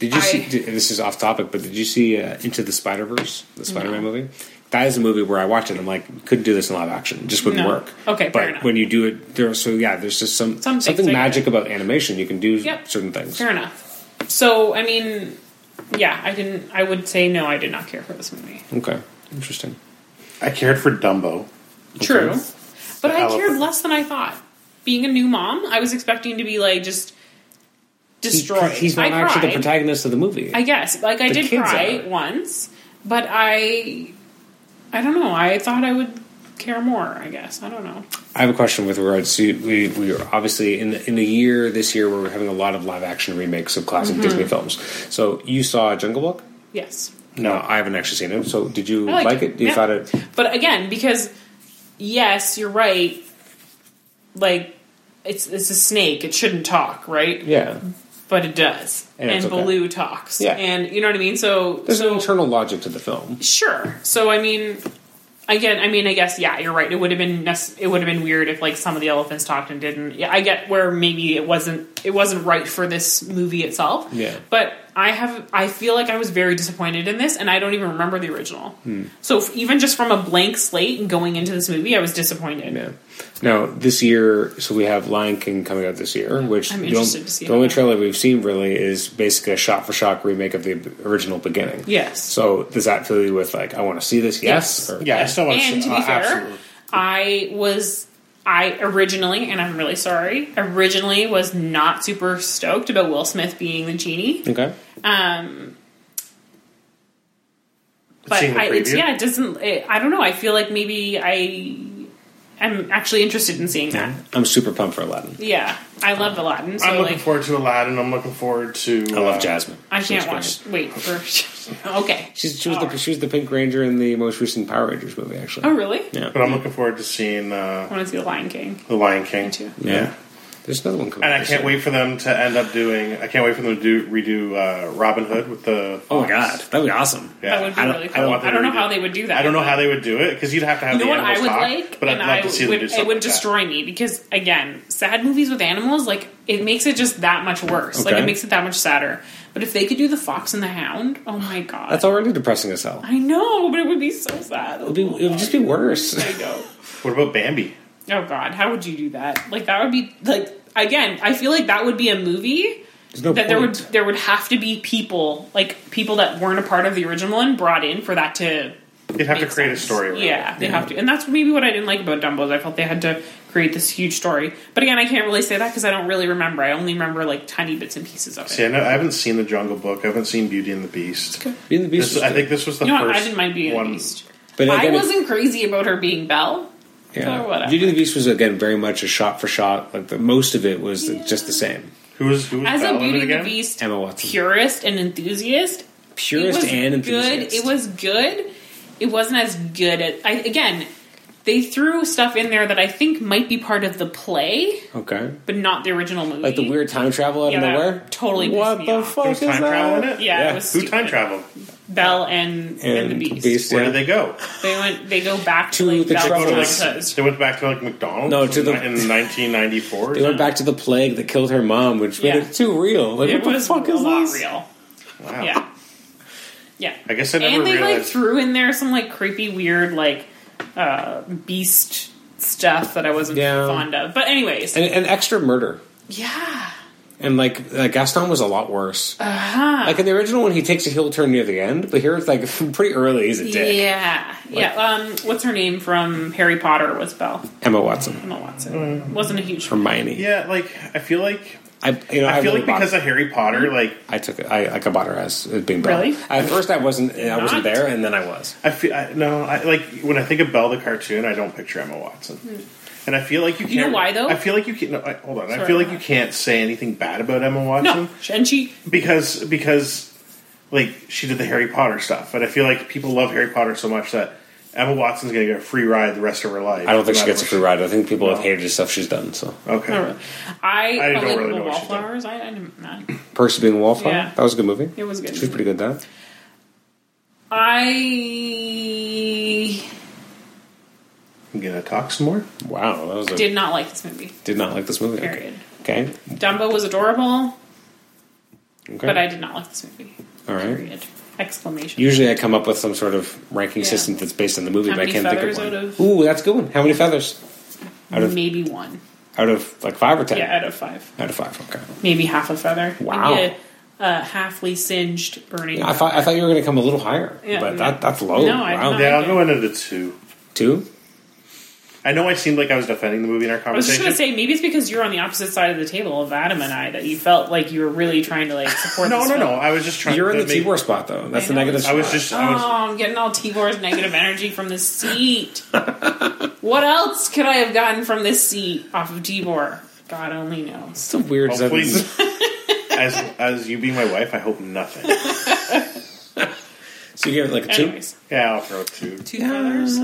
Did you I- see? Did, this is off topic, but did you see uh, Into the Spider Verse, the Spider Man movie? That is a movie where I watched it. I'm like, you couldn't do this in live action; it just wouldn't No. work. Okay, fair but enough. when you do it, there. So yeah, there's just some, Some something things I- magic about animation. You can do Yep. certain things. Fair enough. So, I mean, yeah, I didn't. I would say no. I did not care for this movie. Okay, interesting. I cared for Dumbo. True, but I How- cared less than I thought. Being a new mom, I was expecting to be like just He- destroyed. he's not I actually the cried. protagonist of the movie. I guess, like, I The did kids cry are. once, but I, I don't know. I thought I would care more. I guess I don't know. I have a question with regards to we we are obviously in the, in the year this year where we're having a lot of live action remakes of classic Mm-hmm. Disney films. So you saw Jungle Book? Yes. No, I haven't actually seen it. So did you I like, liked it? You Yeah. thought it? But again, because yes, you're right. Like it's it's a snake; it shouldn't talk, right? Yeah, But it does, And and, it's okay. Baloo talks, Yeah. and you know what I mean. So, there's so an internal logic to the film. sure. So I mean, again, I mean, I guess yeah, you're right. It would have been nec- it would have been weird if like some of the elephants talked and didn't. Yeah, I get where maybe it wasn't it wasn't right for this movie itself. Yeah. But I have I feel like I was very disappointed in this, and I don't even remember the original. Hmm. So f- even just from a blank slate and going into this movie, I was disappointed. Yeah. Now this year, so we have Lion King coming out this year, which Mm, I'm the interested only- to see the only that. trailer we've seen really is basically a shot for shot remake of the original beginning. Yes. So does that fill you with like I want to see this? Yes. Yes. Or- Yeah, I still want And to be uh, fair, absolutely. I was I originally, and I'm really sorry, originally was not super stoked about Will Smith being the genie. Okay. Um, but Seeing the I, it's, preview? yeah, it doesn't. It, I don't know. I feel like maybe I am actually interested in seeing that. I'm super pumped for Aladdin. Yeah, I love Aladdin. So I'm looking like, forward to Aladdin. I'm looking forward to. I love uh, Jasmine. I She's can't watch. Wait for [laughs] okay. great. She's, she was the Alright. she was the Pink Ranger in the most recent Power Rangers movie, actually. Oh really? Yeah. But I'm looking forward to seeing uh, I want to see The Lion King. the Lion King. too. yeah. There's another one coming. And out I this can't year. wait for them to end up doing. I can't wait for them to do redo uh, Robin Hood with the. Oh my fox. god, that'd be awesome. Yeah. That would be I don't- really I cool. I don't want don't, them to know redo how it. they would do that. I don't know but- how they would do it because you'd have to have You know what the I animals would talk. like, but I'd and love I to see them would, do it something would like that. destroy me because again, sad movies with animals like it makes it just that much worse. Like Okay. it makes it that much sadder. But if they could do the Fox and the Hound, oh my god, That's already depressing as hell. I know, but it would be so sad. It'd, be, it would just be worse. [laughs] I know. What about Bambi? Oh god, how would you do that? Like that would be like again. I feel like that would be a movie There's no that there would point. there would have to be people like people that weren't a part of the original one brought in for that to You'd have to make create sense. a story. around it. Yeah, they have to, and that's maybe what I didn't like about Dumbo. Is I felt they had to create this huge story. But again, I can't really say that because I don't really remember. I only remember like tiny bits and pieces of it. See, I, know, I haven't seen the Jungle Book. I haven't seen Beauty and the Beast. Being the Beast. This, was I good. think this was the you know, what? first I didn't mind being one. a beast. but I again, it- wasn't crazy about her being Belle. Yeah. or Oh, whatever. Beauty and the Beast was again very much a shot for shot. Like the, most of it was just the same. Who was who was As Belle a in it Beauty and the again? Beast Emma Watson. purist and enthusiast, Purist and enthusiast. good. It was good. It wasn't as good as I, again. They threw stuff in there that I think might be part of the play, okay. but not the original movie. Like the weird time travel out Yeah, of that nowhere. totally pissed What me the off. fuck There is was time travel that? in it? Yeah, Yeah. it was Who time stupid. traveled? Belle and, and, the Beast. Where yeah. did they go? They went. They go back to, To like, the Belle's trouble. childhood. They went back to like McDonald's. No, to in, the- in [laughs] 1994. They went back to the plague that killed her mom, which Yeah. made it too real. Like It what the was fuck a is lot this? real. Wow. Yeah, yeah. I guess I never And they like realized. threw in there some like creepy, weird like uh, beast stuff that I wasn't Yeah. fond of. But anyways, And, and extra murder. yeah. And like uh, Gaston was a lot worse. Uh-huh. Like in the original one, he takes a heel turn near the end, but here it's like [laughs] pretty early. He's a dick. Yeah, yeah. Um, what's her name from Harry Potter? Was Belle Emma Watson, Emma Watson? Wasn't a huge fan. Hermione. Yeah, like I feel like I you know I, I feel really like bought because it. of Harry Potter, like I took it. I, I bought her as as being Belle. Really? At first, I wasn't. I wasn't Not? there, and then I was. I feel I, no, I like when I think of Belle the cartoon, I don't picture Emma Watson. And I feel like you can't. Hmm. know why, though? I feel like you can't. No, I, hold on. I Sorry. feel like you can't say anything bad about Emma Watson No, and she because because like she did the Harry Potter stuff, and I feel like people love Harry Potter so much that Emma Watson's going to get a free ride the rest of her life. I don't think she no matter gets a what free ride. I think people have No. hated the stuff she's done. So Okay. I, I don't probably really the know what she did. wallflowers. I, I didn't. I, Percy being a wallflower. Yeah. That was a good movie. It was a good She was pretty movie. good at that. I I'm going to talk some more. Wow, that was a, did did, not like this movie. not like this movie. Period. Okay. Okay. Dumbo was adorable, okay. but I did not like this movie. All right. Period. Exclamation. Usually, I come up with some sort of ranking Yeah. system that's based on the movie, How but I many can't think of feathers one. out of- Ooh, that's a good one. How many feathers? Out of Maybe one. out of like five or ten? Yeah, out of five. Out of five. Okay. Maybe half a feather. Wow. Maybe a, a halfly singed burning. I thought I thought you were going to come a little higher, Yeah, but no. that that's low. No, I wow. thought- Yeah, I'll go into the two. Two. I know I seemed like I was defending the movie in our I was just conversation. gonna say maybe it's because you're on the opposite side of the table of Adam and I that you felt like you were really trying to like support. no, this no, no. film. I was just trying. You're in to the make- T-War spot though. That's I the know, negative. it's- I was spot. just. I was, Oh, I'm getting all Tivor's negative energy from this seat. what else could I have gotten from this seat off of Tibor? God only knows. It's a weird Well, sentence. Oh, please. as as you being my wife, I hope nothing. So you gave it like a two, Anyways, Yeah, I'll throw two, two feathers.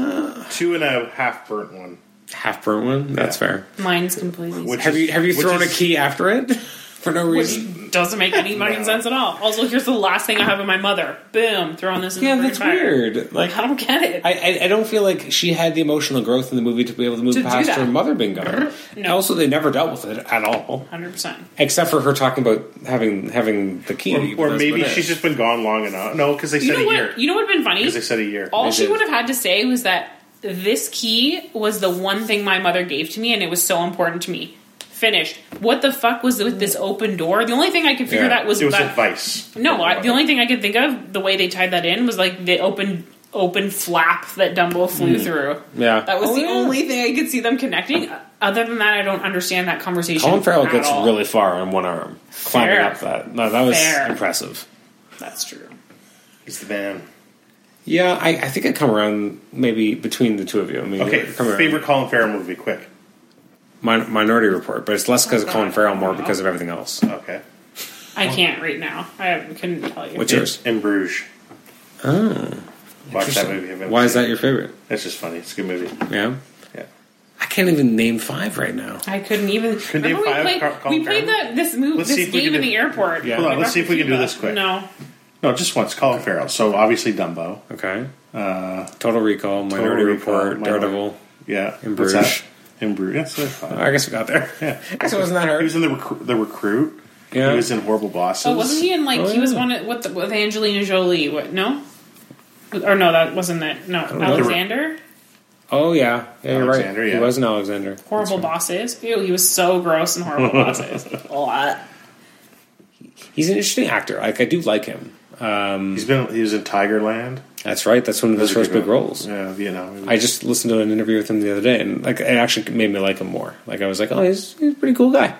two and a half burnt one. half burnt one. That's fair. Mine's completely. Which- Have you have you Which thrown is- a key after it [laughs] for no reason? Which doesn't make any fucking sense at all. Also, here's the last thing I have in my mother. Boom, throwing this. In Yeah, the that's fire. weird. Like I don't get it. I, I, I don't feel like she had the emotional growth in the movie to be able to move To do past that. her mother being gone. No. Also, they never dealt with it at all, Hundred percent. except for her talking about having having the key. Or, That's or about maybe it. she's just been gone long enough. No, because they You said know a what? year. You know what would have been funny? Because they said a year. All They she did. would have had to say was that this key was the one thing my mother gave to me, and it was so important to me. Finished. What the fuck was with this open door? The only thing I could figure Yeah. that was, it was that, advice. no. I, the only thing I could think of the way they tied that in was like the open open flap that Dumbo flew through. Mm. yeah. That was Oh, the yeah. only thing I could see them connecting. Other than that, I don't understand that conversation. Colin Farrell at gets all. really far on one arm, climbing Fair. up that. No, that was Fair. impressive. That's true. He's the man. Yeah, I, I think I come around maybe between the two of you. I mean, Okay, you come around. favorite Colin Farrell movie, quick. Min- Minority Report, but it's less because of Colin Farrell, more because of everything else. Uh, Okay. I can't right now. I couldn't tell you. What's yours? In, in Bruges. Oh. Watch that movie. if you haven't Why is seen that it. your favorite? That's just funny. It's a good movie. Yeah, Yeah. I can't even name five right now. I couldn't even. name remember we five played, Car- Colin we played Farrell? that this move Let's see this if we game can in do- the airport. Yeah. Hold on, let's see if we can do this quick. No, No, just once. Colin Farrell. So obviously Dumbo. Okay. Uh, Total Recall, Minority Recall, Report, Minority- Daredevil. Yeah. In Bruges. What's that? In Bruges. That's what I thought. I guess we got there. Yeah. [laughs] I guess it wasn't that hard. [laughs] He was in the recru- the recruit. Yeah. He was in Horrible Bosses. oh, wasn't he in like Oh, he was yeah. one of, what the, with Angelina Jolie? What no? Or no, that wasn't it. No, know. Alexander. oh yeah, yeah, you're Alexander, right. yeah. He was an Alexander. Horrible bosses. Ew, he was so gross and [laughs] horrible bosses. A lot. He's an interesting actor. Like I do like him. He's been. He was in Tigerland. That's right. That's one of his Those are first good big one. roles. Yeah, Vietnam. I just listened to an interview with him the other day, and like it actually made me like him more. Like I was like, oh, he's, he's a pretty cool guy.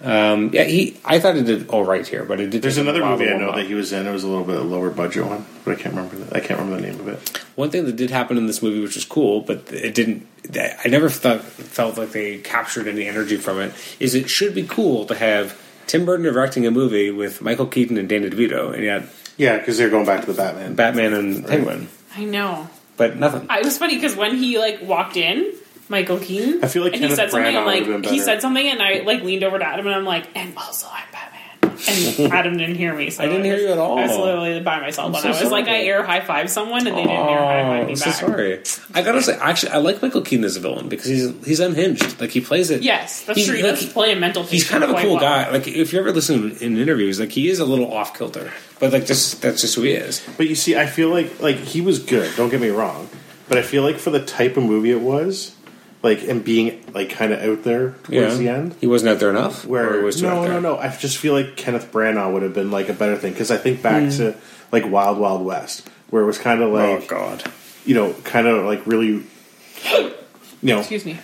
Um, yeah, he. I thought it did all right here, but it did. There's take him a another while to movie I warm know up. that he was in. It was a little bit lower budget one, but I can't remember. The, I can't remember the name of it. One thing that did happen in this movie, which was cool, but it didn't. I never thought, felt like they captured any energy from it. Is it should be cool to have Tim Burton directing a movie with Michael Keaton and Danny DeVito, and yet Yeah, because they're going back to the Batman. Batman and Penguin, I know. but nothing. I, it was funny because when he like walked in, Michael Keaton. I feel like and he Kenneth said something. Branagh I'm would've like been he better. said something, and I like leaned over to Adam, and I'm like, and also I'm Batman. [laughs] And Adam didn't hear me. So I didn't hear you at all. I was literally by myself when so I was like, I sorry. air high five someone, and they didn't air high five me I'm Oh, so back. sorry. I gotta say, actually, I like Michael Keaton as a villain because he's he's unhinged. Like he plays it. Yes, that's He's- true. He like, does play a mental. He's patient kind of a quite cool well. guy. Like if you ever listen to him in interviews, like he is a little off kilter, but like just that's just who he is. But you see, I feel like like he was good. Don't get me wrong, but I feel like for the type of movie it was, like and being like kind of out there towards the end, He wasn't out there enough. Or where he was too out no, there? no, no. I just feel like Kenneth Branagh would have been like a better thing because I think back Mm. to like Wild Wild West, where it was kind of Oh like God. you know, kind of like really, you know, Excuse me.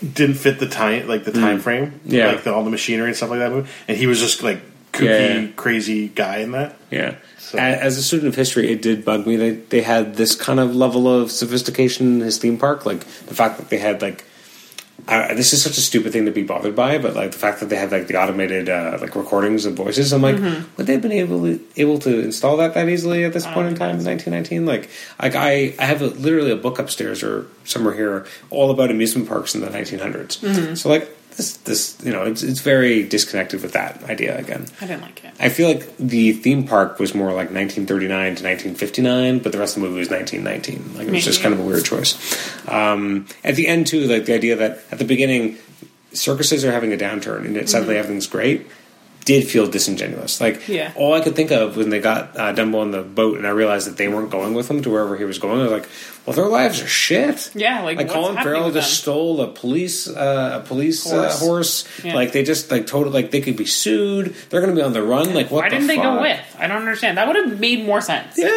didn't fit the time like the time frame, Yeah. like the, all the machinery and stuff like that. Movie. And he was just like kooky, Yeah, yeah. crazy guy in that. Yeah. A As a student of history, it did bug me. They they had this kind of level of sophistication in his theme park, like the fact that they had like I, this is such a stupid thing to be bothered by, but like the fact that they had like the automated uh, like recordings of voices, I'm like, would they have been able to, able to install that that easily at this point in time in 1919? Like, like I I have a, literally a book upstairs or somewhere here all about amusement parks in the 1900s. So like this this you know it's it's very disconnected with that idea again. I didn't like it. I feel like the theme park was more like 1939 to 1959, but the rest of the movie was 1919. Like it was just Mm-hmm. kind of a weird choice. Um, at the end too, like the idea that at the beginning circuses are having a downturn and it suddenly everything's great did feel disingenuous. Like Mm-hmm. Yeah. all I could think of when they got uh, Dumbo on the boat and I realized that they weren't going with him to wherever he was going. I was like, well, their lives are shit. Yeah, like, what's Colin happening Farrell with just them? stole a police uh, a police Horse. horse. Uh, horse. Yeah. Like they just like total like they could be sued. They're going to be on the run. Like what? Why the didn't they go fuck? with? I don't understand. That would have made more sense. Yeah,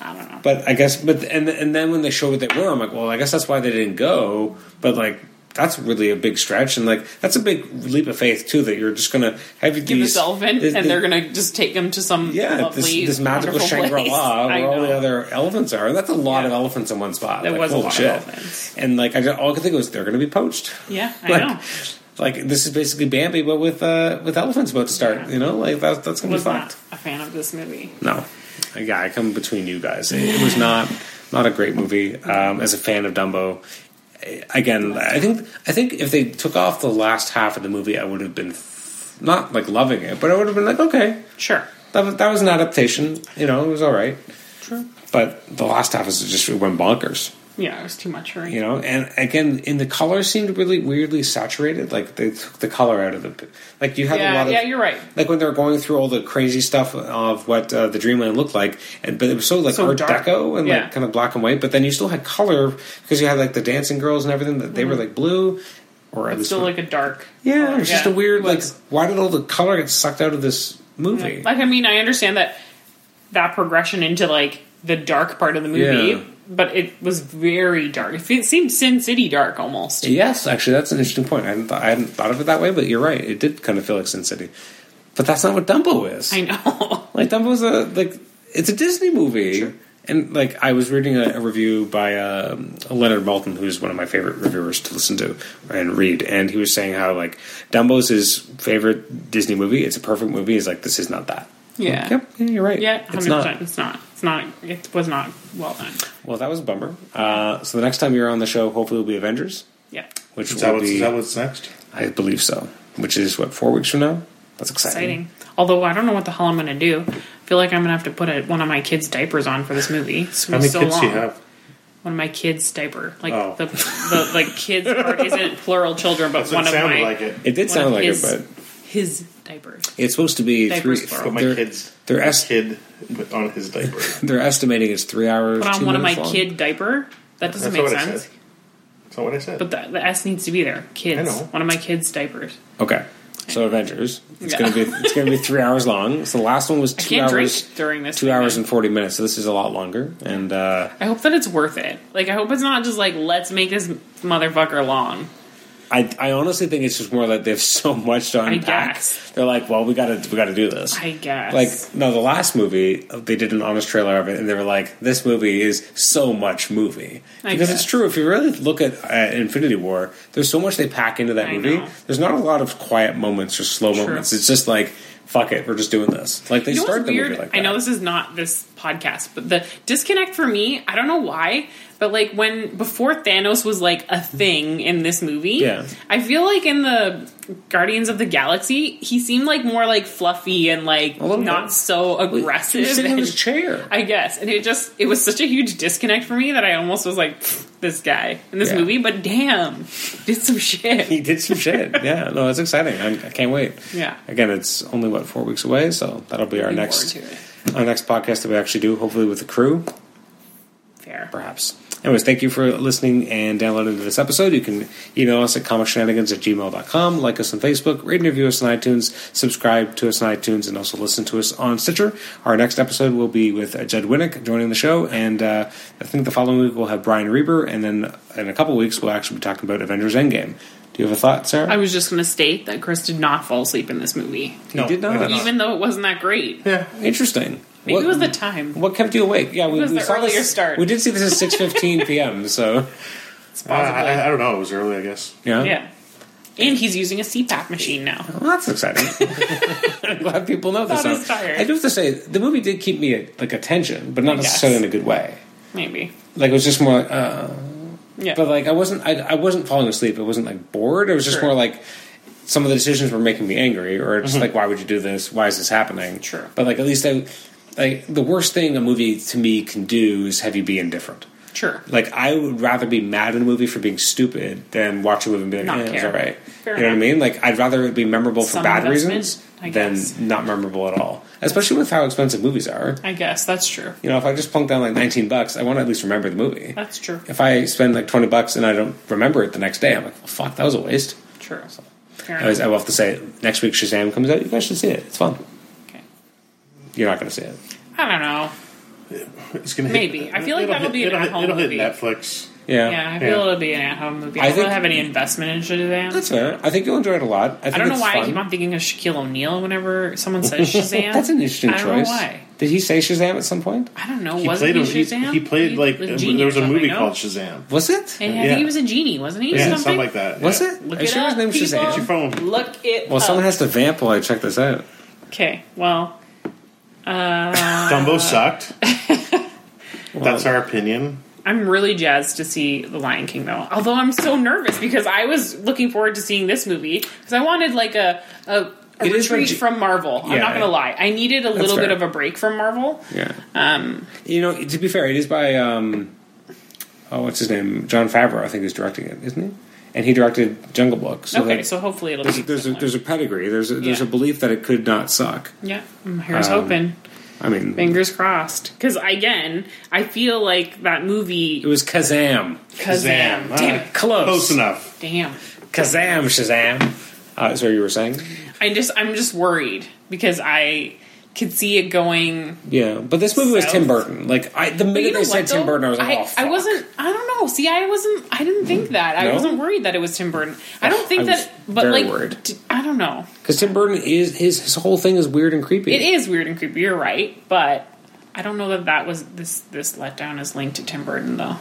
I don't know. but I guess, but and and then when they show what they were, I'm like, well, I guess that's why they didn't go. But like, that's really a big stretch, and like, that's a big leap of faith too. That you're just gonna have these, Give this elephant, this- and they're gonna just take him to some yeah, this, lovely, this magical [laughs] wonderful place. Shangri La I where all the know. other elephants are, and that's a lot of Yeah. elephants in one spot. That like, was a holy lot of shit. elephants. and like, I just, all I could think was they're gonna be poached. Yeah, [laughs] I like, know. Like this is basically Bambi, but with uh, with elephants about to start. Yeah. You know, like that's that's gonna Was be fucked. not a fan of this movie. No, yeah, I come between you guys. It, it was not not a great movie. Um, as a fan of Dumbo, I- again, I think I think if they took off the last half of the movie, I would have been f- not like loving it, but I would have been like, okay, Sure. that was, that was an adaptation. You know, it was all right. True. But the last half is just it went bonkers. Yeah, it was too much for me. You know, and again, in the color seemed really weirdly saturated. Like they took the color out of the like you had a yeah, lot of yeah, you're right. like when they were going through all the crazy stuff of what uh, the dreamland looked like and but it was so like So art dark. deco and Yeah. like kind of black and white but then you still had color because you had like the dancing girls and everything that they were like blue or at least It's Mm-hmm. still like a dark. yeah it was just a weird it like was. why did all the color get sucked out of this movie Like I mean, I understand that that progression into like the dark part of the movie, Yeah. but it was very dark. It fe- seemed Sin City dark almost. yes actually that's an interesting point I hadn't, th- I hadn't thought of it that way but you're right it did kind of feel like Sin City but that's not what Dumbo is [laughs] I know. Like Dumbo's a like it's a Disney movie. And like I was reading a, a review by um, Leonard Maltin, who's one of my favorite reviewers to listen to and read, and he was saying how like Dumbo's his favorite Disney movie. It's a perfect movie. He's like, this is not that. yeah. Yep, yeah, you're right. Yeah, it's hundred not. percent. It's not. It's not. It was not well done. Well, that was a bummer. Uh, so the next time you're on the show, hopefully, will be Avengers, Yeah, which Is that, will what's, is be, that what's next? I believe so. Which is what four weeks from now. That's exciting. exciting. Although I don't know what the hell I'm gonna do. I feel like I'm gonna have to put a, one of my kids' diapers on for this movie. It's How been many so kids long. do you have? One of my kids' diaper. Like Oh. the the like kids [laughs] part isn't plural children, but That's one what it of sounded my like it. It did one sound of like his, it, his diaper. but it's supposed to be three. Diapers for all. But my they're- kids, They're my es- kid put on his diaper. That's They're estimating it's three hours. Put on two one of my minutes long. kid diaper. That doesn't not make what I sense. said. That's not what I said. But the, the S needs to be there. Kids. I know. One of my kids' diapers. Okay, so Avengers. It's Yeah. gonna be it's gonna be three hours long. So the last one was I two can't hours, drink during this. two thing, hours man. and forty minutes. So this is a lot longer. And uh, I hope that it's worth it. Like I hope it's not just like let's make this motherfucker long. I I honestly think it's just more like they have so much to unpack. guess. They're like, well, we gotta we gotta do this. I guess. Like no, the last movie they did an honest trailer of it, and they were like, "This movie is so much movie." I Because guess. it's true. If you really look at uh, Infinity War, there's so much they pack into that I movie. know. There's not a lot of quiet moments or slow True. moments. It's just like, "Fuck it, we're just doing this." Like they You know start what's the weird? movie like that. I know this is not this podcast, but the disconnect for me, I don't know why, but like when before Thanos was like a thing in this movie, Yeah. I feel like in the Guardians of the Galaxy, he seemed like more like fluffy and like little not bit. so aggressive. He's sitting in and- his chair. [laughs] I guess, and it just it was such a huge disconnect for me that I almost was like "Pfft, this guy in this Yeah. movie, but damn, did some shit. he did some shit. [laughs] Yeah, no, it's exciting. I'm, I can't wait. Yeah. Again, it's only what four weeks away, so that'll be our Looking next forward to it. our next podcast that we actually do, hopefully with the crew. Fair. perhaps. Anyways, thank you for listening and downloading to this episode. You can email us at comicshenanigans at gmail.com, like us on Facebook, rate and review us on iTunes, subscribe to us on iTunes, and also listen to us on Stitcher. Our next episode will be with uh, Jed Winnick joining the show, and uh, I think the following week we'll have Brian Reber, and then in a couple weeks we'll actually be talking about Avengers Endgame. Do you have a thought, Sarah? I was just going to state that Chris did not fall asleep in this movie, He did I not. did even though it wasn't that great. Yeah. Interesting. Maybe What- it was the time. what kept you awake? Yeah, we, was we the saw earlier this. start. [laughs] We did see this at six fifteen p.m. So six, I, possibly. I- I don't know. It was early, I guess. Yeah. yeah. And he's using a CPAP machine now. Well, that's exciting. [laughs] I'm glad people know this. That now. is tired. I do have to say, the movie did keep me at, like attention, but not guess. necessarily in a good way. Maybe. Like it was just more like, uh, Yeah. but like I wasn't, I, I wasn't falling asleep. It wasn't like bored. It was just Sure. more like some of the decisions were making me angry, or Mm-hmm. just like, why would you do this? Why is this happening? Sure. But like at least I, like the worst thing a movie to me can do is have you be indifferent. sure. Like I would rather be mad at a movie for being stupid than watch a movie and be like, Not eh, it was care. all right. Fair you know enough. what I mean? Like I'd rather it be memorable for Some bad investment, reasons I than guess. not memorable at all. Especially with how expensive movies are. I guess that's true. You know, if I just plunk down like nineteen bucks, I want to at least remember the movie. That's true. If I spend like twenty bucks and I don't remember it the next day, I'm like, well, fuck, that was a waste. True. Fair Anyways, enough. I will have to say, next week Shazam comes out. You guys should see it. It's fun. Okay. You're not going to see it. I don't know. It's gonna hit- Maybe. I feel like it'll that'll hit- be an it'll hit- at-home it'll hit movie. Netflix. Yeah, Yeah, I feel Yeah. it'll be an at-home movie. I I, don't think- have any investment into Shazam. that's fair. I think you'll enjoy it a lot. I, think I don't know it's why I fun. keep on thinking of Shaquille O'Neal whenever someone says Shazam. That's an interesting I don't choice. know why. Did he say Shazam at some point? I don't know. He wasn't played. a- he He, Shazam? he played like was a, genie there was or a something, movie no? called Shazam. Was it? And I think Yeah. he was a genie, wasn't he? or Yeah, something? something like that. Was yeah. it? Oh. Look Are you it sure his up, name's people. Shazam? Your phone. Look it. Well, up. someone has to vamp while I check this out. Okay. Well, Uh, [laughs] Dumbo sucked. That's our opinion. I'm really jazzed to see The Lion King, though. Although I'm so nervous because I was looking forward to seeing this movie because I wanted like a a, a It is retreat regi- from Marvel. I'm Yeah. not gonna lie. I needed a little bit fair. of a break from Marvel. Yeah. Um, you know, to be fair, it is by um, oh, what's his name? John Favreau, I think, is directing it, isn't he? And he directed Jungle Book. So okay, that- so hopefully it'll be. there's, there's a similar. there's a pedigree. There's a, there's Yeah. a belief that it could not suck. yeah. mm, Here's Um, hoping. I mean, Fingers crossed. Because again, I feel like that it movie was Kazam. Kazam. Damn. Ah, it. Close. Close enough. Damn. Kazam, Shazam. Uh, so you were saying? I just I'm just worried because I could see it going. Yeah, but this movie was South. Tim Burton. Like I, the minute You know they said what, Tim though? Burton, I was like, I, oh, fuck. I wasn't. I don't know. See, I wasn't. I didn't think that. I No? wasn't worried that it was Tim Burton. [sighs] I don't think I was that. But very like, worried. d- I don't know. because Tim Burton is his his whole thing is weird and creepy. It is weird and creepy. You're right, but I don't know that that was this. This letdown is linked to Tim Burton though.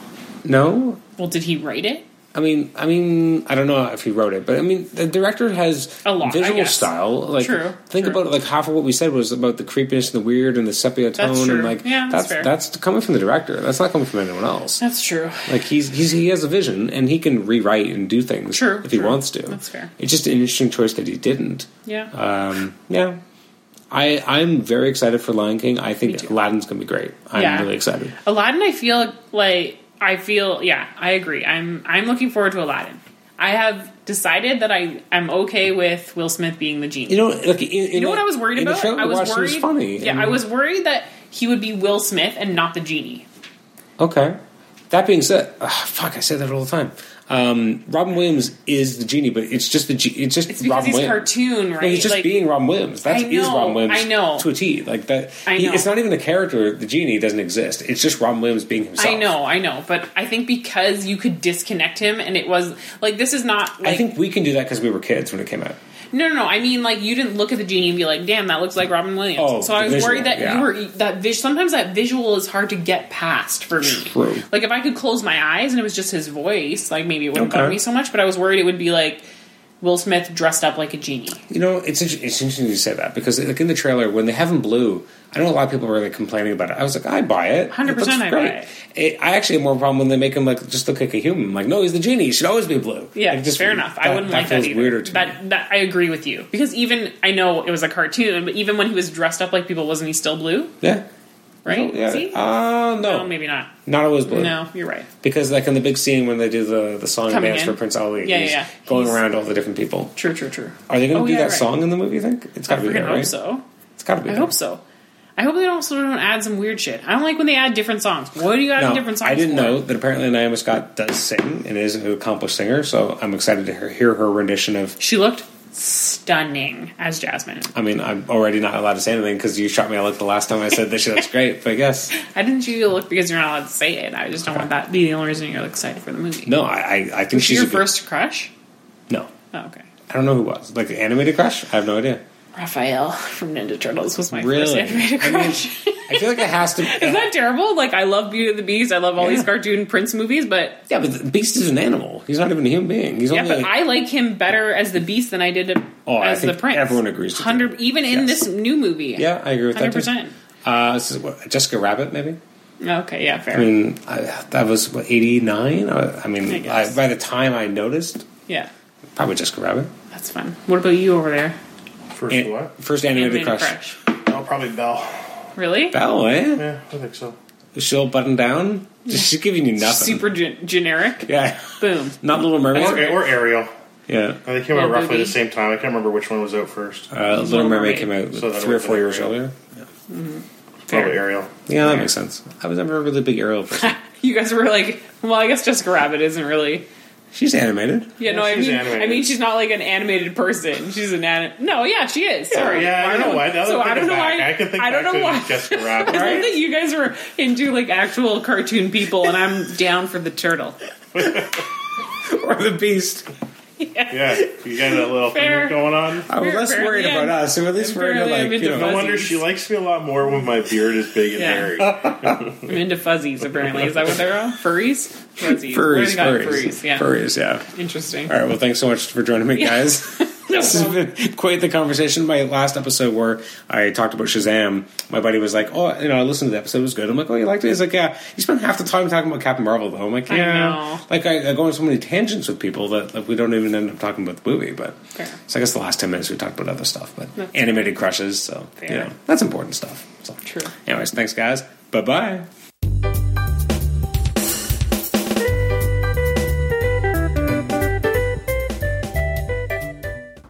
No, Well, did he write it? I mean, I mean, I don't know if he wrote it, but I mean, the director has A lot, I visual guess. style. Like, True, think true. about it. Like half of what we said was about the creepiness and the weird and the sepia tone, true. and like Yeah, that's that's fair. that's coming from the director. That's not coming from anyone else. That's true. Like he's, he's he has a vision and he can rewrite and do things True, if he true. wants to. That's fair. It's just an interesting choice that he didn't. Yeah. Um, yeah. I I'm very excited for Lion King. I think Aladdin's gonna be great. I'm Yeah. really excited. Aladdin, I feel like I feel yeah, I agree. I'm I'm looking forward to Aladdin. I have decided that I am okay with Will Smith being the genie. You know, like in, in You know what the- I was worried in the about? trailer I we was watched, it worried. funny. Yeah, and- I was worried that he would be Will Smith and not the genie. Okay. That being said, ugh, fuck, I say that all the time. Um, Robin Williams is the genie, but it's just the ge- it's just It's because Robin he's Williams. cartoon, right? No, he's just Like, being Robin Williams. That I is know, Robin Williams. I know. to a T. Like that. I he- know. it's not even a character. The genie doesn't exist. It's just Robin Williams being himself. I know, I know, but I think because you could disconnect him, and it was like this is not. Like, I think we can do that because we were kids when it came out. No, no, no. I mean, like you didn't look at the genie and be like, "Damn, that looks like Robin Williams." Oh, so I was the visual, worried that yeah. you were that vis- Sometimes that visual is hard to get past for me. True. Like if I could close my eyes and it was just his voice, like maybe it wouldn't Okay. bug me so much. But I was worried it would be like Will Smith dressed up like a genie. You know, it's inter- it's interesting you say that because like in the trailer when they have him blue, I know a lot of people were like complaining about it. I was like, I buy it, 100% It looks I buy great. it. I actually have more problem when they make him like just look like a human. Like, no, he's the genie. He should always be blue. Yeah, Like, fair enough. I that- wouldn't that like that feels either. Weirder to me. that, that I agree with you because even I know it was a cartoon, but even when he was dressed up like people, wasn't he still blue? Yeah. Oh, Right? Yeah. See? Uh, no. no, maybe not. Not always blue. No, you're right. Because like in the big scene when they do the, the song and Coming dance in. for Prince Ali, Yeah, he's yeah, yeah. going He's- around all the different people. True, true, true. Are they going to Oh, do yeah, that right. song in the movie? You think it's got I to be freaking there, right? hope so. It's got to be. I there. hope so. I hope they don't sort of don't add some weird shit. I don't like when they add different songs. What do you add Now, different songs? I didn't for? know that apparently Naomi Scott does sing and is an accomplished singer, so I'm excited to hear, hear her rendition of. She looked stunning as Jasmine. I mean, I'm already not allowed to say anything because you shot me a look the last time I said that she looks great, but yes. I didn't give you a look because you're not allowed to say it. I just don't want that to be the only reason you're excited for the movie. No, I, I, I think was she she's your a good- first crush? No. Oh, okay. I don't know who was. Like, animated crush? I have no idea. Raphael from Ninja Turtles was my first Really? animated I mean, crush. [laughs] I feel like it has to. Isn't that terrible? Like I love Beauty and the Beast. I love all Yeah. these cartoon Prince movies, but yeah, but the Beast is an animal. He's not even a human being. He's yeah, only. but like- I like him better as the Beast than I did Oh, I as the think Prince. everyone agrees with you. Hundred, even in Yes. this new movie. yeah, I agree with hundred that. percent. too. Uh, this is what, Jessica Rabbit, maybe. Okay, yeah, fair. I mean, I, that was what eighty nine. I, I mean, I I guess. by the time I noticed, yeah, probably Jessica Rabbit. that's fun. What about you over there? First An- what? First animated, Animated crush. crush. No, probably Bell. Really? Belle, eh? Yeah, I think so. She'll button down. She's giving you nothing. Super gen- generic. Yeah. [laughs] Boom. Not Little Or, Mermaid. or Ariel. Yeah. They came Little out roughly Booby. the same time. I can't remember which one was out first. Uh, Little Mermaid Mermaid. came out So that three or would've four been years Ariel. earlier. Probably Fair. Ariel. Yeah, that makes sense. I was never a really big Ariel [laughs] person. You guys were like, well, I guess Jessica Rabbit isn't really. She's animated. [laughs] Yeah, no, Well, I she's mean, animated. I mean, she's not like an animated person. She's an anim- No, yeah, she is. Sorry, Yeah, I don't know why. Now that So I I don't think know back, why. I can think I don't back know to why. Jessica [laughs] Rabbit. I right? think you guys were into like actual cartoon people, and [laughs] I'm down for the turtle. or the Beast. Yeah, you got that little Fair. thing going on. I was We're less worried barely about in- us. I'm at least worried about barely like I'm you into know. No wonder she likes me a lot more when my beard is big and Yeah. [laughs] hairy. I'm into fuzzies. Apparently, is that what they're on? Furries, fuzzies, Furries, Where they got furries, furries. Yeah, furries, yeah. interesting. All right, well, thanks so much for joining me, Yeah. [laughs] guys. this has been quite the conversation. My last episode where I talked about Shazam, my buddy was like, "Oh, you know, I listened to the episode; it was good." I'm like, "Oh, you liked it?" He's like, "Yeah." You spent half the time talking about Captain Marvel, though. I'm like, I "Yeah." know. Like, I, I go on so many tangents with people that like, we don't even end up talking about the movie. But Fair. so I guess the last ten minutes we talked about other stuff, but That's animated crushes. So Fair. you know, that's important stuff. So True. Anyways, thanks, guys. Bye bye.